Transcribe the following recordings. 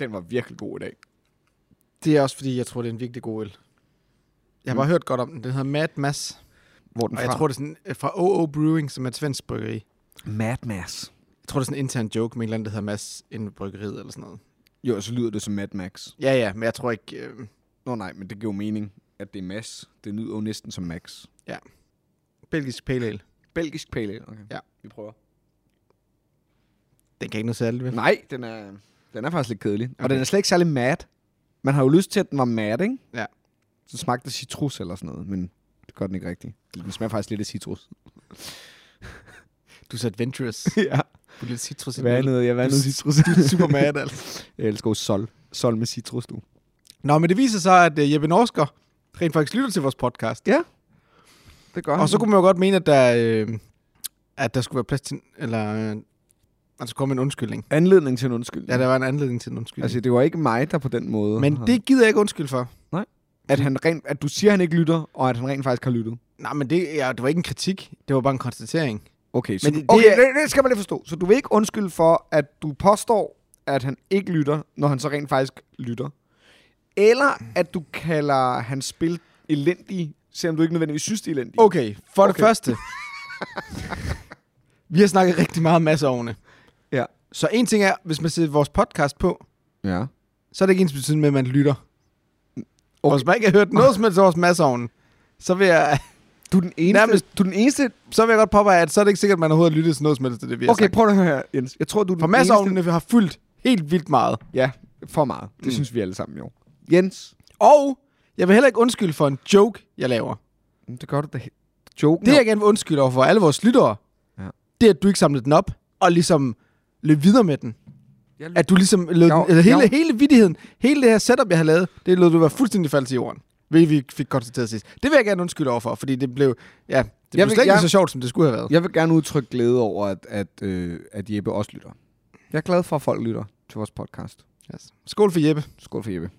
Den var virkelig god i dag. Det er også fordi, jeg tror, det er en virkelig god øl. Jeg har bare hørt godt om den. Den hedder Mad Mass. Hvor den Og jeg Mm. fra? tror, det er sådan, øh, fra OO Brewing, som er et svensk bryggeri. Mad Max. Jeg tror, det er sådan en intern joke med en eller anden, der hedder Mads inden ved bryggeriet eller sådan noget. Jo, og så lyder det som Mad Max. Ja, ja, men jeg tror ikke... Øh, Nå nej, men det giver jo mening, at det er Mads. Det lyder jo næsten som Max. belgisk pale ale. Belgisk pale ale. Okay. Ja. Vi prøver. Den kan ikke noget særligt, vel? Nej, den er, den er faktisk lidt kedelig. Okay. Og Okay. den er slet ikke særlig mad. Man har jo lyst til, at den var mad, ikke? Ja. Så smagte det citrus eller sådan noget, men det gør den ikke rigtigt. Den smager faktisk lidt af citrus. Du er så adventurous. ja. Du er lidt citrus i Hvad er den. noget? Jeg hvad er Du noget s- citrus? Du er super mad, altså. Jeg elsker jo sol. Sol med citrus, du. Nå, men det viser sig, at øh, Jeppe Norsker rent faktisk lytter til vores podcast. Ja. Det gør Og så kunne man jo godt mene, at der, øh, at der skulle være plads til... Eller... Øh, at der skulle komme en undskyldning. Anledning til en undskyldning. Ja, der var en anledning til en undskyldning. Altså, det var ikke mig, der på den måde... men har- det gider jeg ikke undskylde for. At, han rent, at du siger, at han ikke lytter, og at han rent faktisk har lyttet. Nej, men det, ja, det var ikke en kritik. Det var bare en konstatering. Okay, så Men du, det- det okay er- det, det skal man lige forstå. Så du vil ikke undskylde for, at du påstår, at han ikke lytter, når han så rent faktisk lytter. Eller at du kalder hans spil elendige, selvom du ikke nødvendigvis synes, det er elendige. Okay, for okay. det Okay. første. vi har snakket rigtig meget om masseovne. Ja. Så en ting er, hvis man sætter vores podcast på, Ja. så er det ikke ens betydende med, at man lytter. Okay. Og hvis man ikke har hørt noget som helst til vores masseovne, så vil jeg, Du er den eneste... Nærmest- du er den eneste... så vil jeg godt påpege, at så er det ikke sikkert, at man overhovedet har lyttet til noget som helst til det, vi har Okay, sagt. prøv at høre her, Jens. Jeg tror, du er den For masseovnene har fyldt helt vildt meget. Ja, for meget. Det mm. synes vi alle sammen jo. Jens, Og jeg vil heller ikke undskylde for en joke, jeg laver. Mm, det gør du da... Joken Det, jeg gerne vil undskylde over for alle vores lyttere, Ja. ja. det er, at du ikke samlede den op og ligesom løb videre med den. Jeg løb- At du ligesom lød, Jo, jo, altså, hele, jo. hele vidtigheden, hele det her setup, jeg har lavet, det lød du være fuldstændig faldt til jorden. Hvilket vi fik konstateret sidst. Det vil jeg gerne undskylde over for, fordi det blev, ja, det blev vil- slet ikke jeg- så sjovt, som det skulle have været. Jeg vil gerne udtrykke glæde over, at, at, øh, at Jeppe også lytter. Jeg er glad for, at folk lytter til vores podcast. Yes. Skål for Jeppe. Skål for Jeppe.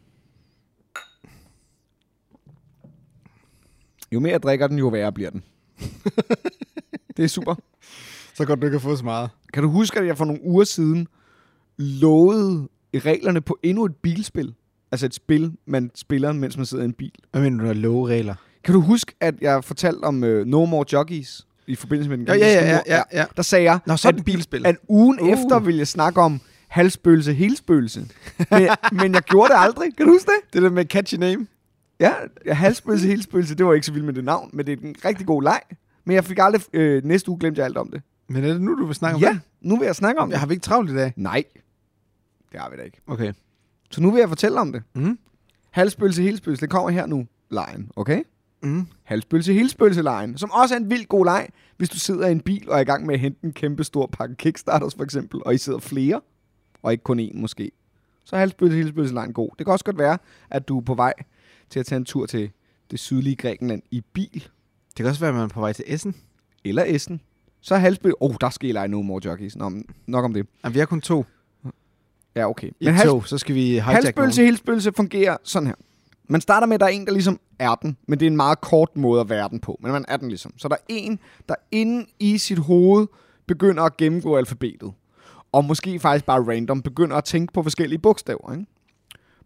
Jo mere jeg drikker den, jo værre bliver den. det er super. Så godt du ikke har fået så meget. Kan du huske, at jeg for nogle uger siden lovede reglerne på endnu et bilspil? Altså et spil, man spiller, mens man sidder i en bil. Hvad mener du, der er lovregler? Kan du huske, at jeg fortalte om uh, No More Jockeys i forbindelse med den Ja, gamle ja, ja, ja, snor? ja, ja. Der sagde jeg, Nå, at, sådan et bilspil. at ugen uh. Uh. efter ville jeg snakke om halvspøgelse, helspøgelse. men, men jeg gjorde det aldrig. Kan du huske det? Det der med catchy name. Ja, ja, halvspøgelse, helspøgelse, det var jeg ikke så vild med det navn, men det er en rigtig god leg. Men jeg fik aldrig, øh, næste uge glemte jeg alt om det. Men er det nu, du vil snakke om ja, det? nu vil jeg snakke om Jeg det. har vi ikke travlt i dag. Nej, det har vi da ikke. Okay. Så nu vil jeg fortælle om det. Mm. Halvspøgelse, helspøgelse, det kommer her nu. Lejen, okay? Mm. halvspølse helspølselejen, som også er en vild god leg, hvis du sidder i en bil og er i gang med at hente en kæmpe stor pakke kickstarters for eksempel, og I sidder flere, og ikke kun én måske. Så er halvspølse helspølselejen god. Det kan også godt være, at du er på vej til at tage en tur til det sydlige Grækenland i bil Det kan også være, at man er på vej til Essen. eller Essen. Så er halvspøl... Åh, oh, der skal I lege No More Jockeys. Nå, men nok om det. Jamen, vi er kun to. Ja, okay. I Men et hals- tog, så skal vi hijack Halsbølse, nogen. helspølse fungerer sådan her. Man starter med, at der er en, der ligesom er den, men det er en meget kort måde at være den på, men man er den ligesom. Så der er en, der inde i sit hoved begynder at gennemgå alfabetet, og måske faktisk bare random begynder at tænke på forskellige bogstaver. Ikke?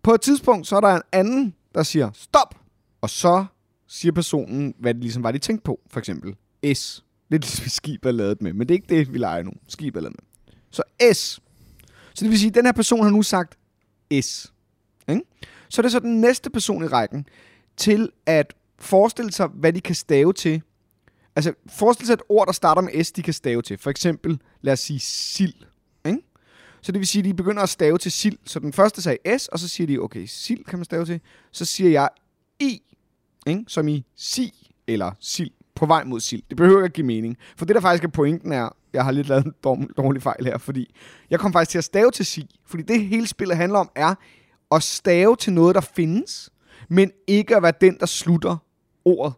På et tidspunkt, så er der en anden, der siger stop, og så siger personen, hvad det ligesom var, de tænkte på. For eksempel S. Lidt ligesom skib er lavet med, men det er ikke det, vi leger nu. Skib er lavet med. Så S. Så det vil sige, at den her person har nu sagt S. Ikke? Så er det så den næste person i rækken til at forestille sig, hvad de kan stave til. Altså forestille sig et ord, der starter med S, de kan stave til. For eksempel, lad os sige sild. Ikke? Så det vil sige, at de begynder at stave til sild. Så den første sagde S, og så siger de, okay, sild kan man stave til. Så siger jeg I, ikke? som i si eller sild, på vej mod sild. Det behøver ikke at give mening. For det, der faktisk er pointen er, jeg har lidt lavet en dårlig- dårlig fejl her, fordi jeg kom faktisk til at stave til sig, fordi det hele spillet handler om er at stave til noget, der findes, men ikke at være den, der slutter ordet.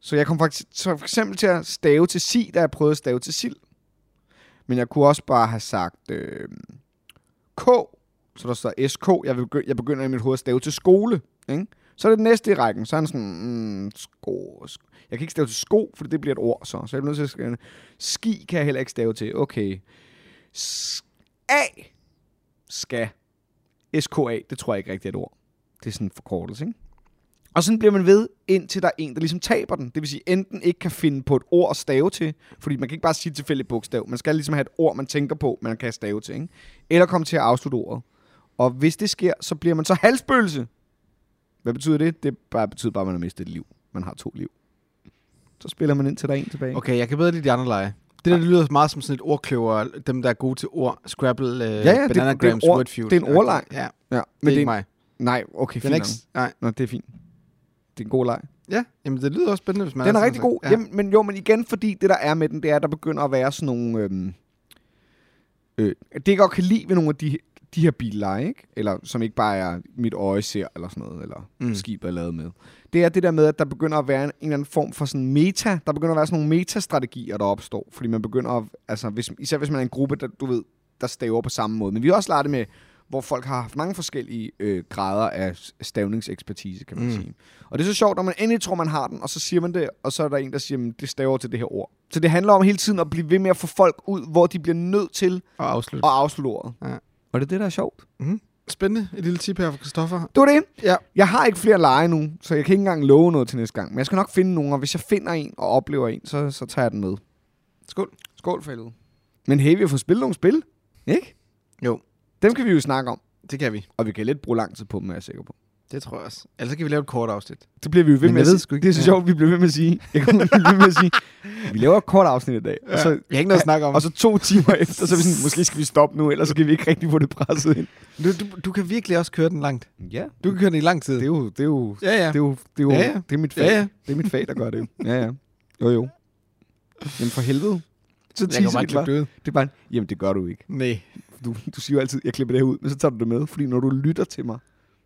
Så jeg kom faktisk så for eksempel til at stave til sig, da jeg prøvede at stave til sild. Men jeg kunne også bare have sagt øh, K, så der står SK. Jeg, vil begy- jeg begynder i mit hoved at stave til skole. Ikke? Så er det den næste i rækken. Så er han sådan, mm, sko, sko. Jeg kan ikke stave til sko, for det bliver et ord så. Så jeg er nødt til at skrive, ski kan jeg heller ikke stave til. Okay. S- A. skal. SKA, det tror jeg ikke rigtigt er et ord. Det er sådan en forkortelse, ikke? Og sådan bliver man ved, indtil der er en, der ligesom taber den. Det vil sige, enten ikke kan finde på et ord at stave til, fordi man kan ikke bare sige et tilfældigt bogstav. Man skal ligesom have et ord, man tænker på, man kan stave til, ikke? Eller komme til at afslutte ordet. Og hvis det sker, så bliver man så halsbølse. Hvad betyder det? Det bare, betyder bare, at man har mistet et liv. Man har to liv. Så spiller man ind til der er en tilbage. Okay, jeg kan bedre lide de andre lege. Det der det lyder meget som sådan et ordkløver, dem der er gode til ord, Scrabble, øh, ja, ja, det- ja, det er Banana en Grams, ord- Wordfeud. det er en ordleg. Ja, det Ja, er ikke mig. Nej, okay, Den fint. er Ikke... ikke, nej. Nå, det er fint. Det er en god leg. Ja, jamen det lyder også spændende, hvis man Den er sådan rigtig en- god. altså, Ja. Jamen, men jo, men igen, fordi det der er med den, det er, at der begynder at være sådan nogle... Øhm, øh, det jeg godt kan lide ved nogle af de, de her billeje, ikke? Eller som ikke bare er mit øje ser, eller sådan noget, eller Mm. mm. skibet er lavet med. Det er det der med, at der begynder at være en, en eller anden form for sådan meta. Der begynder at være sådan nogle metastrategier, der opstår. Fordi man begynder at... Altså, hvis, især hvis man er en gruppe, der, du ved, der staver på samme måde. Men vi har også lært det med, hvor folk har haft mange forskellige øh, grader af s- stavningsekspertise, kan man Mm. mm. sige. Og det er så sjovt, når man endelig tror, man har den, og så siger man det, og så er der en, der siger, "Men det staver til det her ord. Så det handler om hele tiden at blive ved med at få folk ud, hvor de bliver nødt til Og afslut. at afslutte ordet. Ja. Og det er det, der er sjovt. Mm. Spændende. Et lille tip her fra Christoffer. Det var det. Ja. Jeg har ikke flere lege nu, så jeg kan ikke engang love noget til næste gang. Men jeg skal nok finde nogen, og hvis jeg finder en og oplever en, så, så tager jeg den med. Skål. Skål for helvede. Men hey, vi har fået spillet nogle spil, ikke? Jo. Dem kan vi jo snakke om, Det kan vi. og vi kan lidt bruge lang tid på dem, er jeg sikker på. Det tror jeg også. Ellers så kan vi lave et kort afsnit. Det bliver vi jo ved Men med jeg at sige. ved sgu ikke. Det er så Ja. sjovt, vi bliver ved med at sige. Jeg kan blive ved med at sige, vi laver et kort afsnit i dag. Og, så, vi har ikke noget at snakke om. og så to timer efter, så er vi sådan, måske skal vi stoppe nu, ellers så kan vi ikke rigtig få det presset ind. Du, du, du kan virkelig også køre den langt. Ja, Du kan køre den i lang tid. det er jo, det er jo, ja, ja. det er jo, det er, jo, Ja, ja. Det er mit fag. ja, ja. Det er mit fag, der gør det. Ja, ja. Jo, jo. Jamen for helvede. Så Jeg kan teaser vi bare det bare. klippe det ud. Det er bare, en, jamen det gør du ikke. Nej. Du, du siger jo altid, jeg klipper det her ud, men så tager du det med. Fordi når du lytter til mig,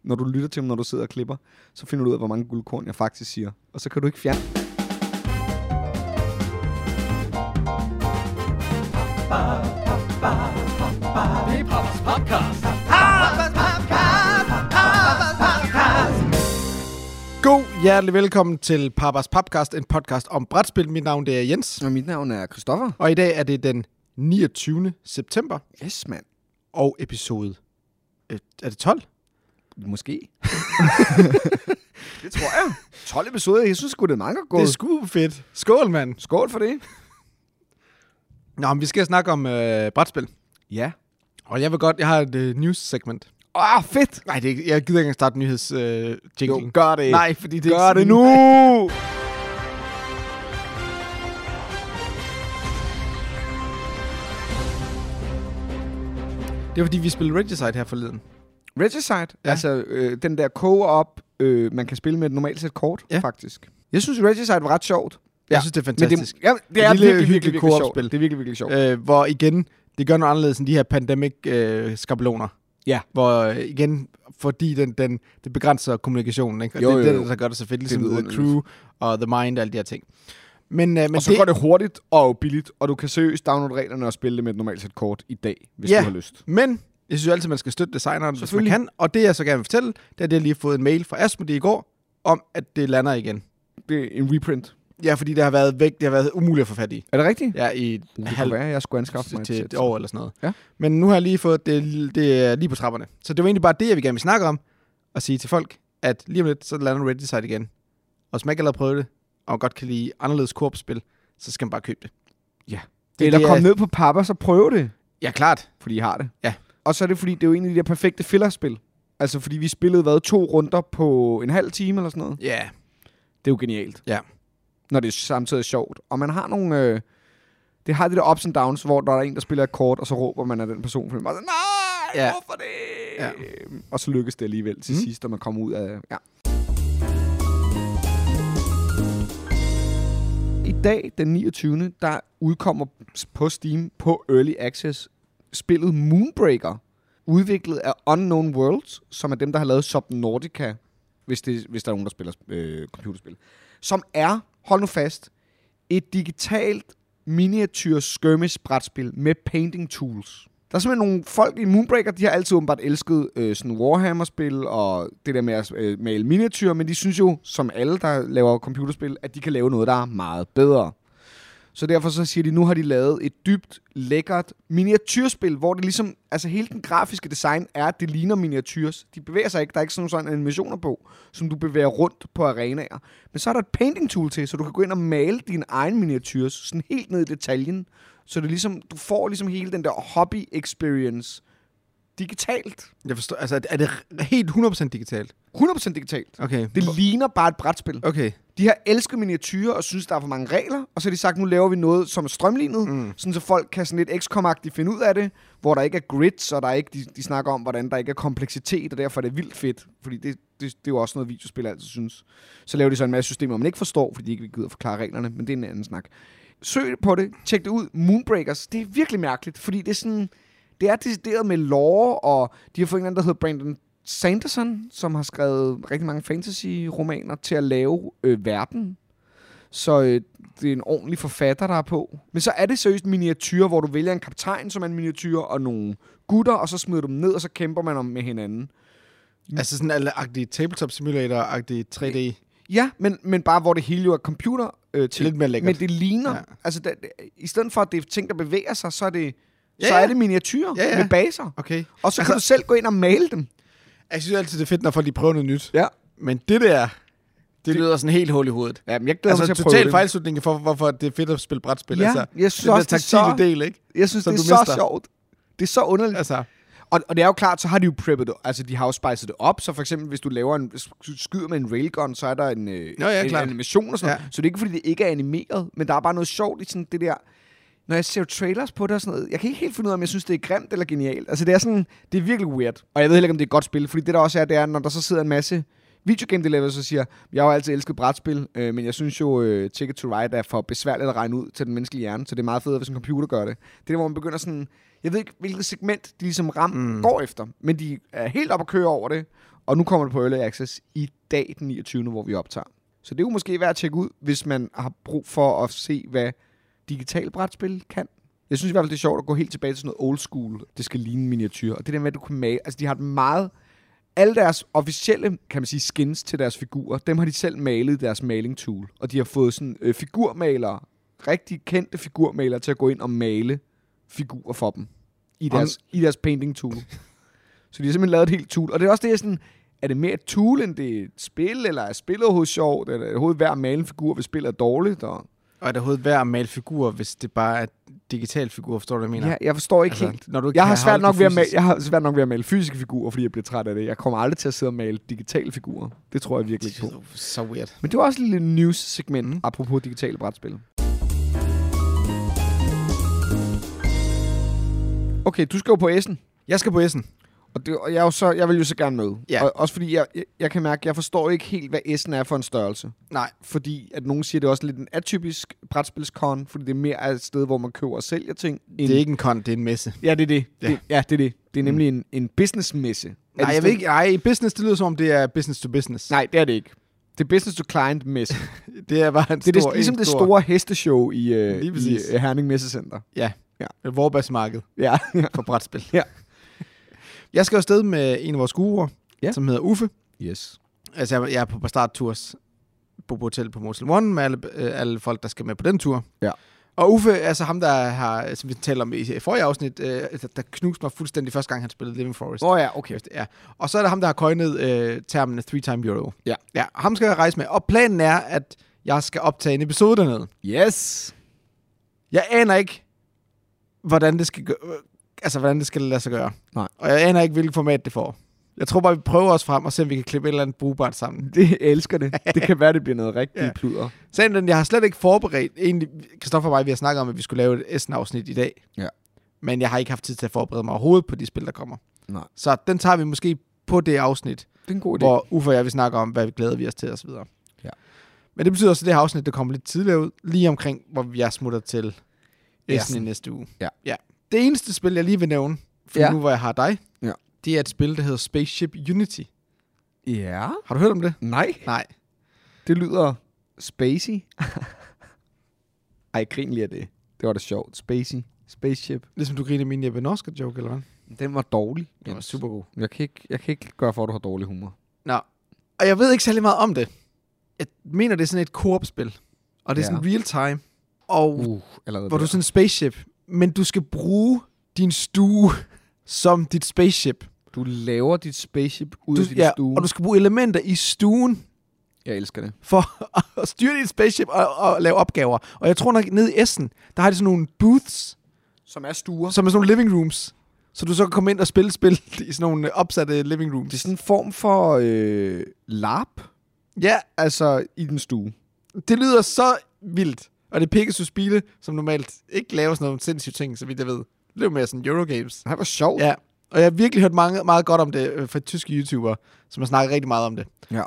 når du lytter til mig, når du sidder og klipper, så finder du ud af, hvor mange guldkorn jeg faktisk siger. Og så kan du ikke fjerne. God hjertelig velkommen til Papas Podcast, en podcast om brætspil. Mit navn det er Jens, Og mit navn er Christoffer. og i dag er det den 29. september, Yes, mand. og episode... øh, Er det 12? Måske. det tror jeg. 12 episoder, jeg synes sgu, det er meget godt Det gået. er sgu fedt. Skål, mand. Skål for det. Nå, men vi skal snakke om øh, brætspil. Ja. Og jeg vil godt... Jeg har et øh, news-segment. Åh, oh, fedt. Nej, det er, ikke- jeg gider ikke engang starte nyheds øh, jingle. Jo, gør det. Nej, fordi det er Gør ikke det sådan- nu! Det er fordi, vi spillede Regicide her forleden. Regicide, Ja. ja. altså øh, den der co-op, øh, man kan spille med et normalt sæt kort, Ja. ja. faktisk. Jeg synes, Regicide var ret sjovt. Jeg Ja, synes, det er Men fantastisk. det, ja, det er lille, virkelig, virkelig, hyggeligt virkelig sjovt. co-op-spil. Det er virkelig, virkelig sjovt. øh, hvor igen, det gør noget anderledes end de her pandemic-skabeloner. Ja. Hvor øh, igen, fordi den, den, det begrænser kommunikationen, ikke? Og Jo, det er jo, det, jo. der gør det så fedt, er ligesom The vidunderligt. Crew og The Mind og alle de her ting. Men, øh, men og så det, det... går det hurtigt og billigt, og du kan seriøst downloade reglerne og spille det med et normalt sæt kort i dag, hvis Ja. ja. du har lyst. men jeg synes jo altid, man skal støtte designeren, hvis man Selvfølgelig. kan. Og det, jeg så gerne vil fortælle, det er, at jeg lige har fået en mail fra Asmodee i går, om at det lander igen. Det er en reprint. Ja, fordi det har været væk, det har været umuligt at få fat i. Er det rigtigt? Ja, i et Uh, Det halvt kunne være, at jeg skulle anskaffe mig til, et til sæt. et år eller sådan noget. Ja. Men nu har jeg lige fået det, det er lige på trapperne. Så det var egentlig bare det, jeg vil gerne vil snakke om. Og sige til folk, at lige om lidt, så lander Ready Side igen. Og hvis man ikke allerede prøvet det, og godt kan lide anderledes korpsspil, så skal man bare købe det. Ja. Det, Eller det kom er, ned på pappa, så prøv det. Ja, klart. fordi I har det. Ja. Og så er det, fordi det er jo en af de der perfekte fillerspil. Altså, fordi vi spillede, hvad, to runder på en halv time eller sådan noget. Ja. Det er jo genialt. Ja. Når det samtidig er sjovt. Og man har nogle... Øh, det har det der ups and downs, hvor der er en, der spiller et kort, og så råber man af den person, fordi man er sådan, nej, Ja. ja. hvorfor det? Ja. Og så lykkes det alligevel til Mm. mm. sidst, og man kommer ud af... Ja. I dag, den 29., der udkommer på Steam på Early Access spillet Moonbreaker, udviklet af Unknown Worlds, som er dem, der har lavet Subnautica, hvis, det, hvis der er nogen, der spiller øh, computerspil. Som er, hold nu fast, et digitalt miniatyr skirmish brætspil med painting tools. Der er simpelthen nogle folk i Moonbreaker, de har altid åbenbart elsket øh, sådan Warhammer-spil og det der med at øh, male miniatyrer, men de synes jo, som alle, der laver computerspil, at de kan lave noget, der er meget bedre. Så derfor så siger de, nu har de lavet et dybt, lækkert miniatyrspil, hvor det ligesom, altså hele den grafiske design er, at det ligner miniatyrs. De bevæger sig ikke, der er ikke sådan nogle sådan animationer på, som du bevæger rundt på arenaer. Men så er der et painting tool til, så du kan gå ind og male din egen miniatyrs, sådan helt ned i detaljen. Så det er ligesom, du får ligesom hele den der hobby experience digitalt. Jeg forstår, altså er det r- helt 100% digitalt? 100% digitalt. Okay. Det ligner bare et brætspil. Okay. De har elsket miniatyrer og synes, der er for mange regler, og så har de sagt, nu laver vi noget, som er strømlignet, mm. sådan så folk kan sådan lidt xcom finde ud af det, hvor der ikke er grids, og der er ikke, de, de snakker om, hvordan der ikke er kompleksitet, og derfor er det vildt fedt, fordi det, det, det er jo også noget, videospil altid synes. Så laver de så en masse systemer, man ikke forstår, fordi de ikke gider forklare reglerne, men det er en anden snak. Søg på det, tjek det ud. Moonbreakers, det er virkelig mærkeligt, fordi det er sådan, det er decideret med lore, og de har fået en eller anden, der hedder Brandon Sanderson, som har skrevet rigtig mange fantasy-romaner til at lave øh, verden. Så øh, det er en ordentlig forfatter, der er på. Men så er det seriøst miniatyr, hvor du vælger en kaptajn, som er en miniatyr, og nogle gutter, og så smider du dem ned, og så kæmper man om med hinanden. Altså sådan en agtig tabletop simulator-agtig 3D. Ja, men, men bare hvor det hele jo er computer øh, til. Lidt mere lækkert. Men det ligner, ja. Ja. altså der, i stedet for at det er ting, der bevæger sig, så er det, ja, Ja, så ja. er det miniatyrer ja, Ja, ja. ja. med baser. Okay. Og så kan Altså- du selv gå ind og male dem. Jeg synes altid, det er fedt, når folk lige prøver noget nyt. Ja. Men det der, det, det lyder sådan helt hul i hovedet. Jamen, jeg glæder altså, Altså mig til at prøve total det. fejlslutning for, hvorfor det er fedt at spille brætspil. Ja, altså, jeg synes den også, der det er så- Mm. taktile del, ikke? Jeg synes, som det er du så mister. sjovt. Det er så underligt. Altså, Og, og det er jo klart, så har de jo preppet det. Altså, de har jo spicet det op. Så for eksempel, hvis du laver en, hvis du skyder med en railgun, så er der en, øh, Nå ja, en klart. animation og sådan ja. noget. Så det er ikke, fordi det ikke er animeret. Men der er bare noget sjovt i sådan det der... Når jeg ser trailers på det og sådan noget, jeg kan ikke helt finde ud af, om jeg synes, det er grimt eller genialt. Altså, det er sådan... Det er virkelig weird. Og jeg ved heller ikke, om det er et godt spil. Fordi det der også er, det er, når der så sidder en masse videogame developers og siger, jeg har jo altid elsket brætspil, øh, men jeg synes jo, øh, Ticket to Ride er for besværligt at regne ud til den menneskelige hjerne, så det er meget federe, hvis en computer gør det. Det er der, hvor man begynder sådan, jeg ved ikke, hvilket segment de ligesom ram mm. går efter, men de er helt op at køre over det, og nu kommer det på Early Access i dag den 29., hvor vi optager. Så det er jo måske værd at tjekke ud, hvis man har brug for at se, hvad digital brætspil kan. Jeg synes i hvert fald, det er sjovt at gå helt tilbage til sådan noget old school. Det skal ligne miniatyr. Og det der med, at du kan male... Altså, de har et meget... Alle deres officielle, kan man sige, skins til deres figurer, dem har de selv malet i deres maling tool. Og de har fået sådan øh, figurmalere, rigtig kendte figurmalere, til at gå ind og male figurer for dem. I Om- deres, i deres painting tool. Så de har simpelthen lavet et helt tool. Og det er også det, jeg sådan... Er det mere et tool, end det er et spil, eller er spillet overhovedet sjovt? Eller er det overhovedet værd at male en figur, hvis spillet er dårligt? Og... og er det overhovedet værd at male figurer, hvis det bare er digital figur, forstår du, hvad jeg mener? Ja, jeg forstår ikke altså, Altså, helt. når du ikke Jeg kan har, holde svært det nok ved at male, fysisk. jeg har svært nok ved at male fysiske figurer, fordi jeg bliver træt af det. Jeg kommer aldrig til at sidde og male digitale figurer. Det tror jeg virkelig ikke på. Det er så weird. Men det var også et lille news-segment, mm. Mm. apropos digitale brætspil. Okay, du skal jo på S'en. Jeg skal på S'en. Og, det, og jeg, er jo så, jeg vil jo så gerne med. Ja. Og, også fordi jeg, jeg, jeg kan mærke, at jeg forstår ikke helt, hvad S'en er for en størrelse. Nej. Fordi at nogen siger, at det er også lidt en atypisk brætspilskon, fordi det er mere er et sted, hvor man køber og sælger ting. end- Det er ikke en kon, det er en messe. Ja, det er det. Ja, Ja. Mm. det, ja, det, er det. det er nemlig en, en businessmesse. Er det Nej, jeg ved stadig- ikke. Nej, business, det lyder som om, det er business to business. Nej, det er det ikke. Det er business to client messe. Det er bare en Det er stor, det, ligesom en det stor- store hesteshow i, øh, Lige i præcis. øh, Herning Messecenter. Ja, Ja. et vorbasmarked Ja. for brætspil. Ja. Jeg skal afsted med en af vores guruer, Ja. ja. som hedder Uffe. yes. Altså, jeg, jeg er på starttours på Hotel på Motel One med alle, øh, alle folk, der skal med på den tur. Ja. Og Uffe, altså ham, der har, som vi talte om i forrige afsnit, øh, der, der knuste mig fuldstændig første gang, han spillede Living Forest. Åh oh, ja, okay. Kæft, ja. Og så er der ham, der har coinet øh, termen Three Time Euro. Ja. ja. Ham skal jeg rejse med. Og planen er, at jeg skal optage en episode dernede. Yes. Jeg aner ikke, hvordan det skal, gø- øh, altså, hvordan det skal lade sig gøre. Nej. Og jeg aner ikke, hvilket format det får. Jeg tror bare, vi prøver os frem og ser, om vi kan klippe et eller andet brugbart sammen. Det, jeg elsker det. Det kan være, det bliver noget rigtig ja. Ja. pluder. Sagen er den, jeg har slet ikke forberedt. Egentlig, Kristoffer og mig, vi har snakket om, at vi skulle lave et S'en-afsnit i dag. Ja. Men jeg har ikke haft tid til at forberede mig overhovedet på de spil, der kommer. Nej. Så den tager vi måske på det afsnit, Det er en god idé. hvor Uffe og jeg vil snakke om, hvad vi glæder vi os til osv. Ja. Men det betyder også, at det her afsnit, det kommer lidt tidligere ud, lige omkring, hvor jeg smutter til Essen i Essen. næste uge. Ja. ja. Det eneste spil, jeg lige vil nævne, for Ja. ja. nu hvor jeg har dig, Ja. det er et spil, der hedder Spaceship Unity. Ja. Har du hørt om det? Nej. Nej. Det lyder spacey. Ej, grin lige af det. Det var da sjovt. Spacey. Spaceship. Ligesom du griner min Jeppe Norsker-joke, eller hvad? Den var dårlig. Den var super god. Jeg kan, ikke, jeg kan ikke gøre for, at du har dårlig humor. Nå. Og jeg ved ikke særlig meget om det. Jeg mener, det er sådan et koop-spil. Og det er Ja. sådan real time. og uh, Uh, allerede hvor du er der. sådan en spaceship, men du skal bruge din stue som dit spaceship. du laver dit spaceship ud Du, af din ja, stue. og du skal bruge elementer i stuen Jeg elsker det. for at styre dit spaceship og, og lave opgaver. Og jeg tror nok, nede i Essen, der har de sådan nogle booths, Som er stuer. som er sådan nogle living rooms. Så du så kan komme ind og spille spil i sådan nogle øh, opsatte living rooms. Det er sådan en form for øh, larp, Ja, altså i den stue. det lyder så vildt. Og det er Pegasus Bile, som normalt ikke laver sådan nogle sindssyge ting, så vidt jeg ved. Det er jo mere sådan Eurogames. Det var sjovt. Ja, og jeg har virkelig hørt mange, meget godt om det øh, fra tyske YouTubere, som har snakket rigtig meget om det. Ja.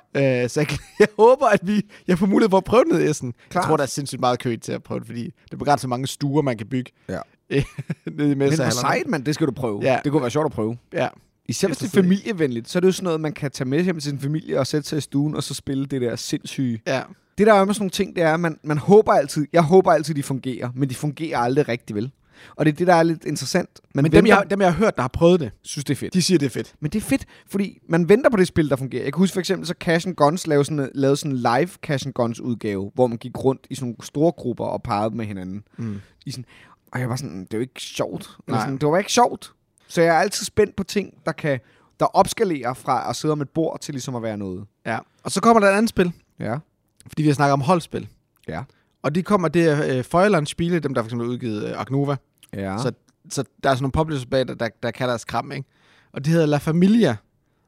Øh, så jeg, jeg, håber, at vi, jeg får mulighed for at prøve det nede i Essen. Jeg Klart. tror, der er sindssygt meget kø til at prøve det, fordi det er begrænset så mange stuer, man kan bygge. Ja. øh, nede i Men Messa hvor sejt, mand. Det skal du prøve. Ja. Det kunne være sjovt at prøve. Ja. Især hvis det er Interessant. familievenligt, så er det jo sådan noget, man kan tage med hjem til sin familie og sætte sig i stuen og så spille det der sindssyge. ja. Det der er med sådan nogle ting, det er, at man, man håber altid, jeg håber altid, de fungerer, men de fungerer aldrig rigtig vel. Og det er det, der er lidt interessant. Man Men dem jeg, dem, jeg har hørt, der har prøvet det, synes, det er fedt. de siger, det er fedt. Men det er fedt, fordi man venter på det spil, der fungerer. Jeg kan huske for eksempel, så Cash and Guns lavede sådan, lavede sådan en live Cash and Guns udgave, hvor man gik rundt i sådan nogle store grupper og pegede med hinanden. Mm. I sådan, og jeg var sådan, det er jo ikke sjovt. Eller Nej. Sådan, det var ikke sjovt. Så jeg er altid spændt på ting, der kan der opskalerer fra at sidde om et bord til ligesom at være noget. Ja. Og så kommer der et andet spil, Ja. fordi vi har snakket om holdspil. Ja. Og det kommer, det er øh, Feuerland Spiele, dem der for eksempel har udgivet øh, Agnova. Ja. Så, så der er sådan nogle publishers bag, der, der, der kan deres kram, ikke? Og det hedder La Familia,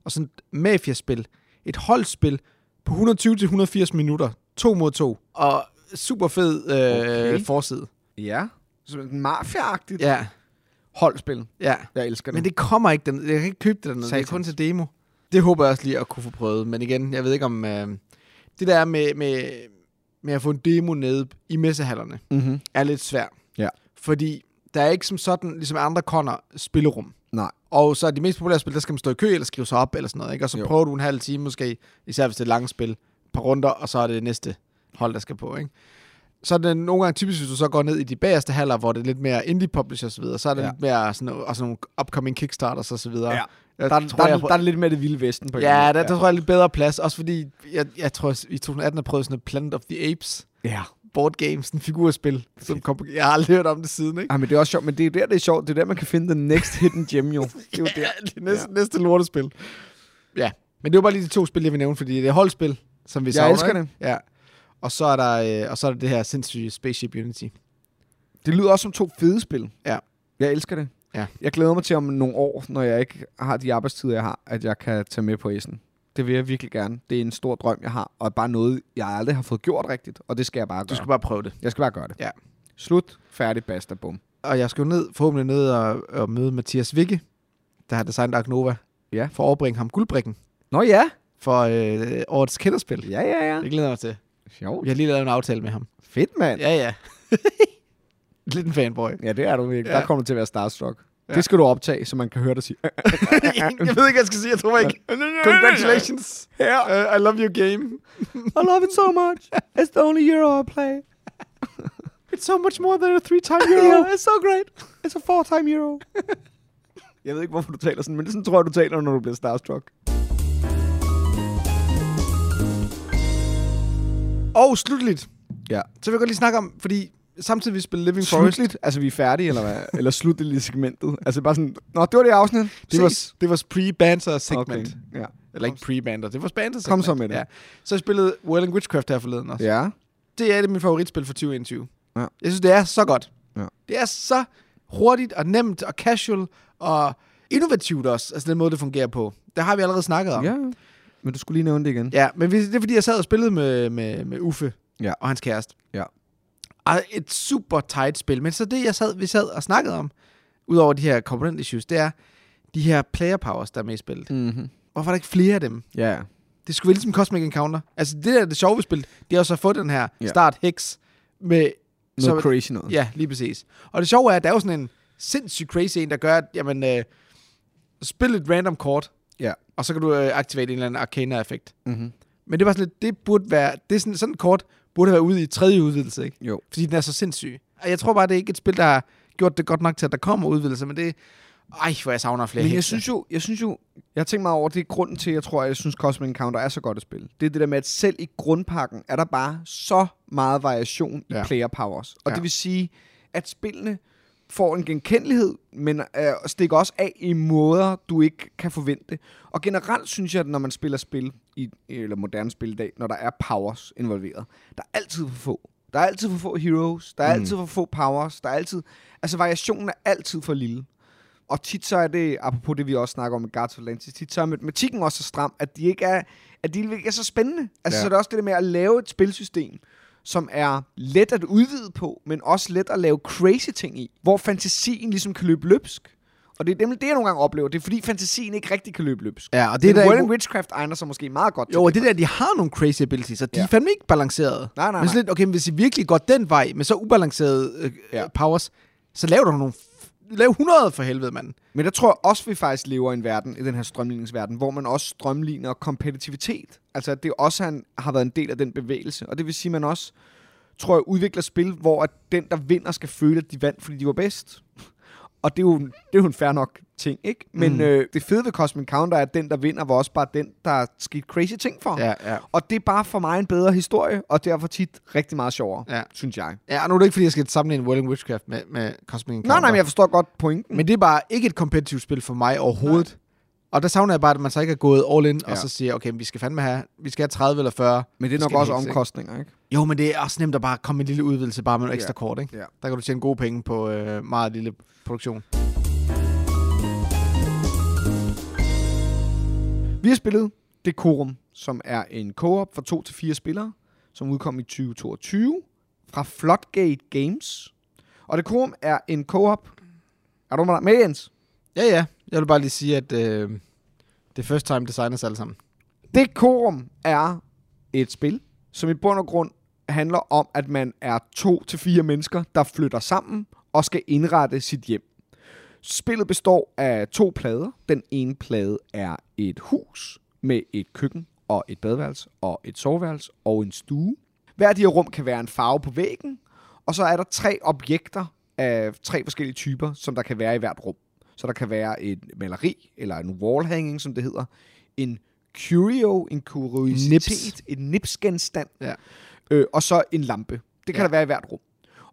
og sådan et mafiaspil. Et holdspil på 120-180 minutter, to mod to, og super fed øh, Okay. okay. forside. ja. Sådan en mafia-agtigt ja. Ja, holdspil. ja. Jeg elsker det. Men det kommer ikke, den, jeg kan ikke købe det dernede, det er Satans. kun til demo. Det håber jeg også lige at kunne få prøvet, men igen, jeg ved ikke om... Øh, det der med, med, med at få en demo nede i messehallerne, mm-hmm. er lidt svær. Ja. Fordi der er ikke som sådan, ligesom andre konger, spillerum. Nej. Og så er de mest populære spil, der skal man stå i kø eller skrive sig op eller sådan noget. Ikke? Og så Jo. jo. prøver du en halv time måske, især hvis det er lange spil, par runder, og så er det næste hold, der skal på. Ikke? Så er det nogle gange typisk, hvis du så går ned i de bagerste haller, hvor det er lidt mere indie publishers og så videre, så er det Ja. ja. lidt mere sådan, og sådan nogle upcoming kickstarters og så videre. Ja. Jeg Der, er- tror, der, jeg er- prøver- der, er lidt mere det vilde vesten på en eller Ja, anden der, måde. der tror jeg er lidt bedre plads. Også fordi, jeg, jeg tror, i 2018 har prøvet sådan noget Planet of the Apes ja. board game, sådan et figurspil. Som kom, på- jeg har aldrig hørt om det siden, ikke? Ja, men det er også sjovt, men det er jo der, det er sjovt. Det er der, man kan finde the next hidden gem, jo. Det er jo der. det er næste, ja. næste lortespil. Ja, men det var bare lige de to spil, jeg vil nævne, fordi det er holdspil, som vi savner. elsker ikke? det. Ja. Og så, er der, øh, og så er der det her sindssyge Spaceship Unity. Det lyder også som to fede spil. Ja. Jeg elsker det. Ja. Jeg glæder mig til om nogle år, når jeg ikke har de arbejdstider, jeg har, at jeg kan tage med på Essen. Det vil jeg virkelig gerne. Det er en stor drøm, jeg har, og bare noget, jeg aldrig har fået gjort rigtigt, og det skal jeg bare Du gøre. skal bare prøve det. Jeg skal bare gøre det. Ja. Slut, færdig, basta, bum. Og jeg skal jo ned, forhåbentlig ned og, og møde Mathias Vigge, der har designet Ark Nova, Ja. for at overbringe ham guldbrikken Nå ja. for øh, årets kænderspil. Ja, ja, ja. Det glæder jeg mig til. Sjovt. Vi har lige lavet en aftale med ham. Fedt, mand. Ja. Ja, ja. Lidt en fanboy. ja, det er du virkelig. Ja. Der kommer du til at være starstruck. Ja. Det skal du optage, så man kan høre dig sige. "Øh, jeg ved ikke, hvad jeg skal sige. Jeg tror ikke. Congratulations. Yeah. Uh, I love your game. øh, I love it so much. It's the only euro I play. It's so much more than a three-time Yeah, it's so great. It's a four-time euro. jeg ved ikke, hvorfor du taler sådan, men sådan tror jeg, du taler, når du bliver starstruck. Og slutligt, Ja. så vil jeg godt lige snakke om, fordi samtidig vi spiller Living Forest. Slutligt? Altså, vi er færdige, eller hvad? eller slutligt i segmentet? Altså, bare sådan, nå, det var det afsnit. Det var, det var pre-banter segment. Okay. Okay. Ja. Eller ikke pre-banter, det var banter segment. Kom så med det. Ja. Så jeg spillede World and Witchcraft her forleden også. Ja. ja. Det er det mit favoritspil for 2021. Ja. Jeg synes, det er så godt. Ja. Det er så hurtigt og nemt og casual og innovativt også. Altså den måde, det fungerer på. Der har vi allerede snakket om. Ja. Men du skulle lige nævne det igen. Ja, men vi- det er fordi, jeg sad og spillede med, med, med Uffe Ja. og hans kæreste. Ja. Og et super tight spil. Men så det, jeg sad, vi sad og snakkede om, udover de her component issues, det er de her player powers, der er med i spillet. Mm-hmm. Hvorfor er der ikke flere af dem? Ja, ja. Det skulle være ligesom Cosmic Encounter. Altså det der er det sjove ved spillet, det er også at få den her Ja. start hex med... Noget så, crazy noget. Ja, lige præcis. Og det sjove er, at der er jo sådan en sindssygt crazy en, der gør, at jamen, øh, spil et random kort, Ja. og så kan du øh, aktivere en eller anden arcana-effekt. Mm-hmm. Men det var sådan lidt, det burde være, det er sådan, sådan et kort burde være ude i tredje udvidelse, ikke? Jo. Fordi den er så sindssyg. Og jeg tror bare, det er ikke et spil, der har gjort det godt nok til, at der kommer udvidelser, men det Ej, hvor jeg savner flere Men jeg hekse. synes jo, jeg synes jo, jeg har tænkt mig over, det er grunden til, jeg tror, at jeg synes Cosmic Encounter er så godt at spille. Det er det der med, at selv i grundpakken er der bare så meget variation i Ja. ja. player powers. Og Ja. ja. det vil sige, at spillene får en genkendelighed, men øh, stikker også af i måder, du ikke kan forvente. Og generelt synes jeg, at når man spiller spil, i, eller moderne spil i dag, når der er powers involveret, der er altid for få. Der er altid for få heroes, der er Mm. mm. altid for få powers, der er altid... Altså variationen er altid for lille. Og tit så er det, apropos det vi også snakker om i Guards of Atlantis, tit så er matematikken også så stram, at de ikke er, at de ikke er så spændende. Altså ja. Ja. så er det også det der med at lave et spilsystem, som er let at udvide på, men også let at lave crazy ting i, hvor fantasien ligesom kan løbe løbsk. Og det er nemlig det, jeg nogle gange oplever. Det er fordi fantasien ikke rigtig kan løbe løbsk. Ja, og Det det er er men der... World of Witchcraft egner sig måske meget godt Jo, til og det der, de har nogle crazy abilities, og de ja. Ja. er fandme ikke balancerede. Nej, nej, Men sådan nej. lidt, okay, men hvis I virkelig går den vej med så ubalancerede øh, ja. Ja. powers, så lav du nogle... f- Lav 100 for helvede, mand. Men der tror jeg også, vi faktisk lever i en verden, i den her strømligningsverden, hvor man også strømligner kompetitivitet. Altså, at det også har, en, har været en del af den bevægelse. Og det vil sige, at man også, tror jeg, udvikler spil, hvor at den, der vinder, skal føle, at de vandt, fordi de var bedst. Og det er jo, en- det er jo en fair nok ting, ikke? Men Mm. mm. øh, det fede ved Cosmic Counter er, at den, der vinder, var også bare den, der skete crazy ting for. ja. Og det er bare for mig en bedre historie, og derfor tit rigtig meget sjovere, Ja. synes jeg. Ja, og nu er det ikke, fordi jeg skal sammenligne World of Witchcraft med, med Cosmic Nej, Encounter. nej, men jeg forstår godt pointen. Men det er bare ikke et kompetitivt spil for mig overhovedet. Nej. Og der savner jeg bare, at man så ikke er gået all in, ja. og Ja. så siger, okay, men vi skal fandme have, vi skal have 30 eller 40. Men det er Vi nok skal også have heks, ikke? omkostninger, ikke? Jo, men det er også nemt at bare komme med en lille udvidelse, bare med nogle Ja. ekstra kort, ikke? Ja. Der kan du tjene gode penge på øh, meget lille produktion. Vi har spillet Decorum, som er en co-op for to til fire spillere, som udkom i 2022 fra Floodgate Games. Og Decorum er en co-op. Er du med, med Jens? Ja, ja. Jeg vil bare lige sige, at øh, det er first time designers alle sammen. Decorum er et spil, som i bund og grund handler om, at man er to til fire mennesker, der flytter sammen og skal indrette sit hjem. Spillet består af to plader. Den ene plade er et hus med et køkken og et badeværelse og et soveværelse og en stue. Hver af de her rum kan være en farve på væggen, og så er der tre objekter af tre forskellige typer, som der kan være i hvert rum. Så der kan være et maleri, eller en wallhanging, som det hedder, en curio, en kuriositet, en nipsgenstand, Ja. øh, og så en lampe. Det kan Ja. ja. der være i hvert rum.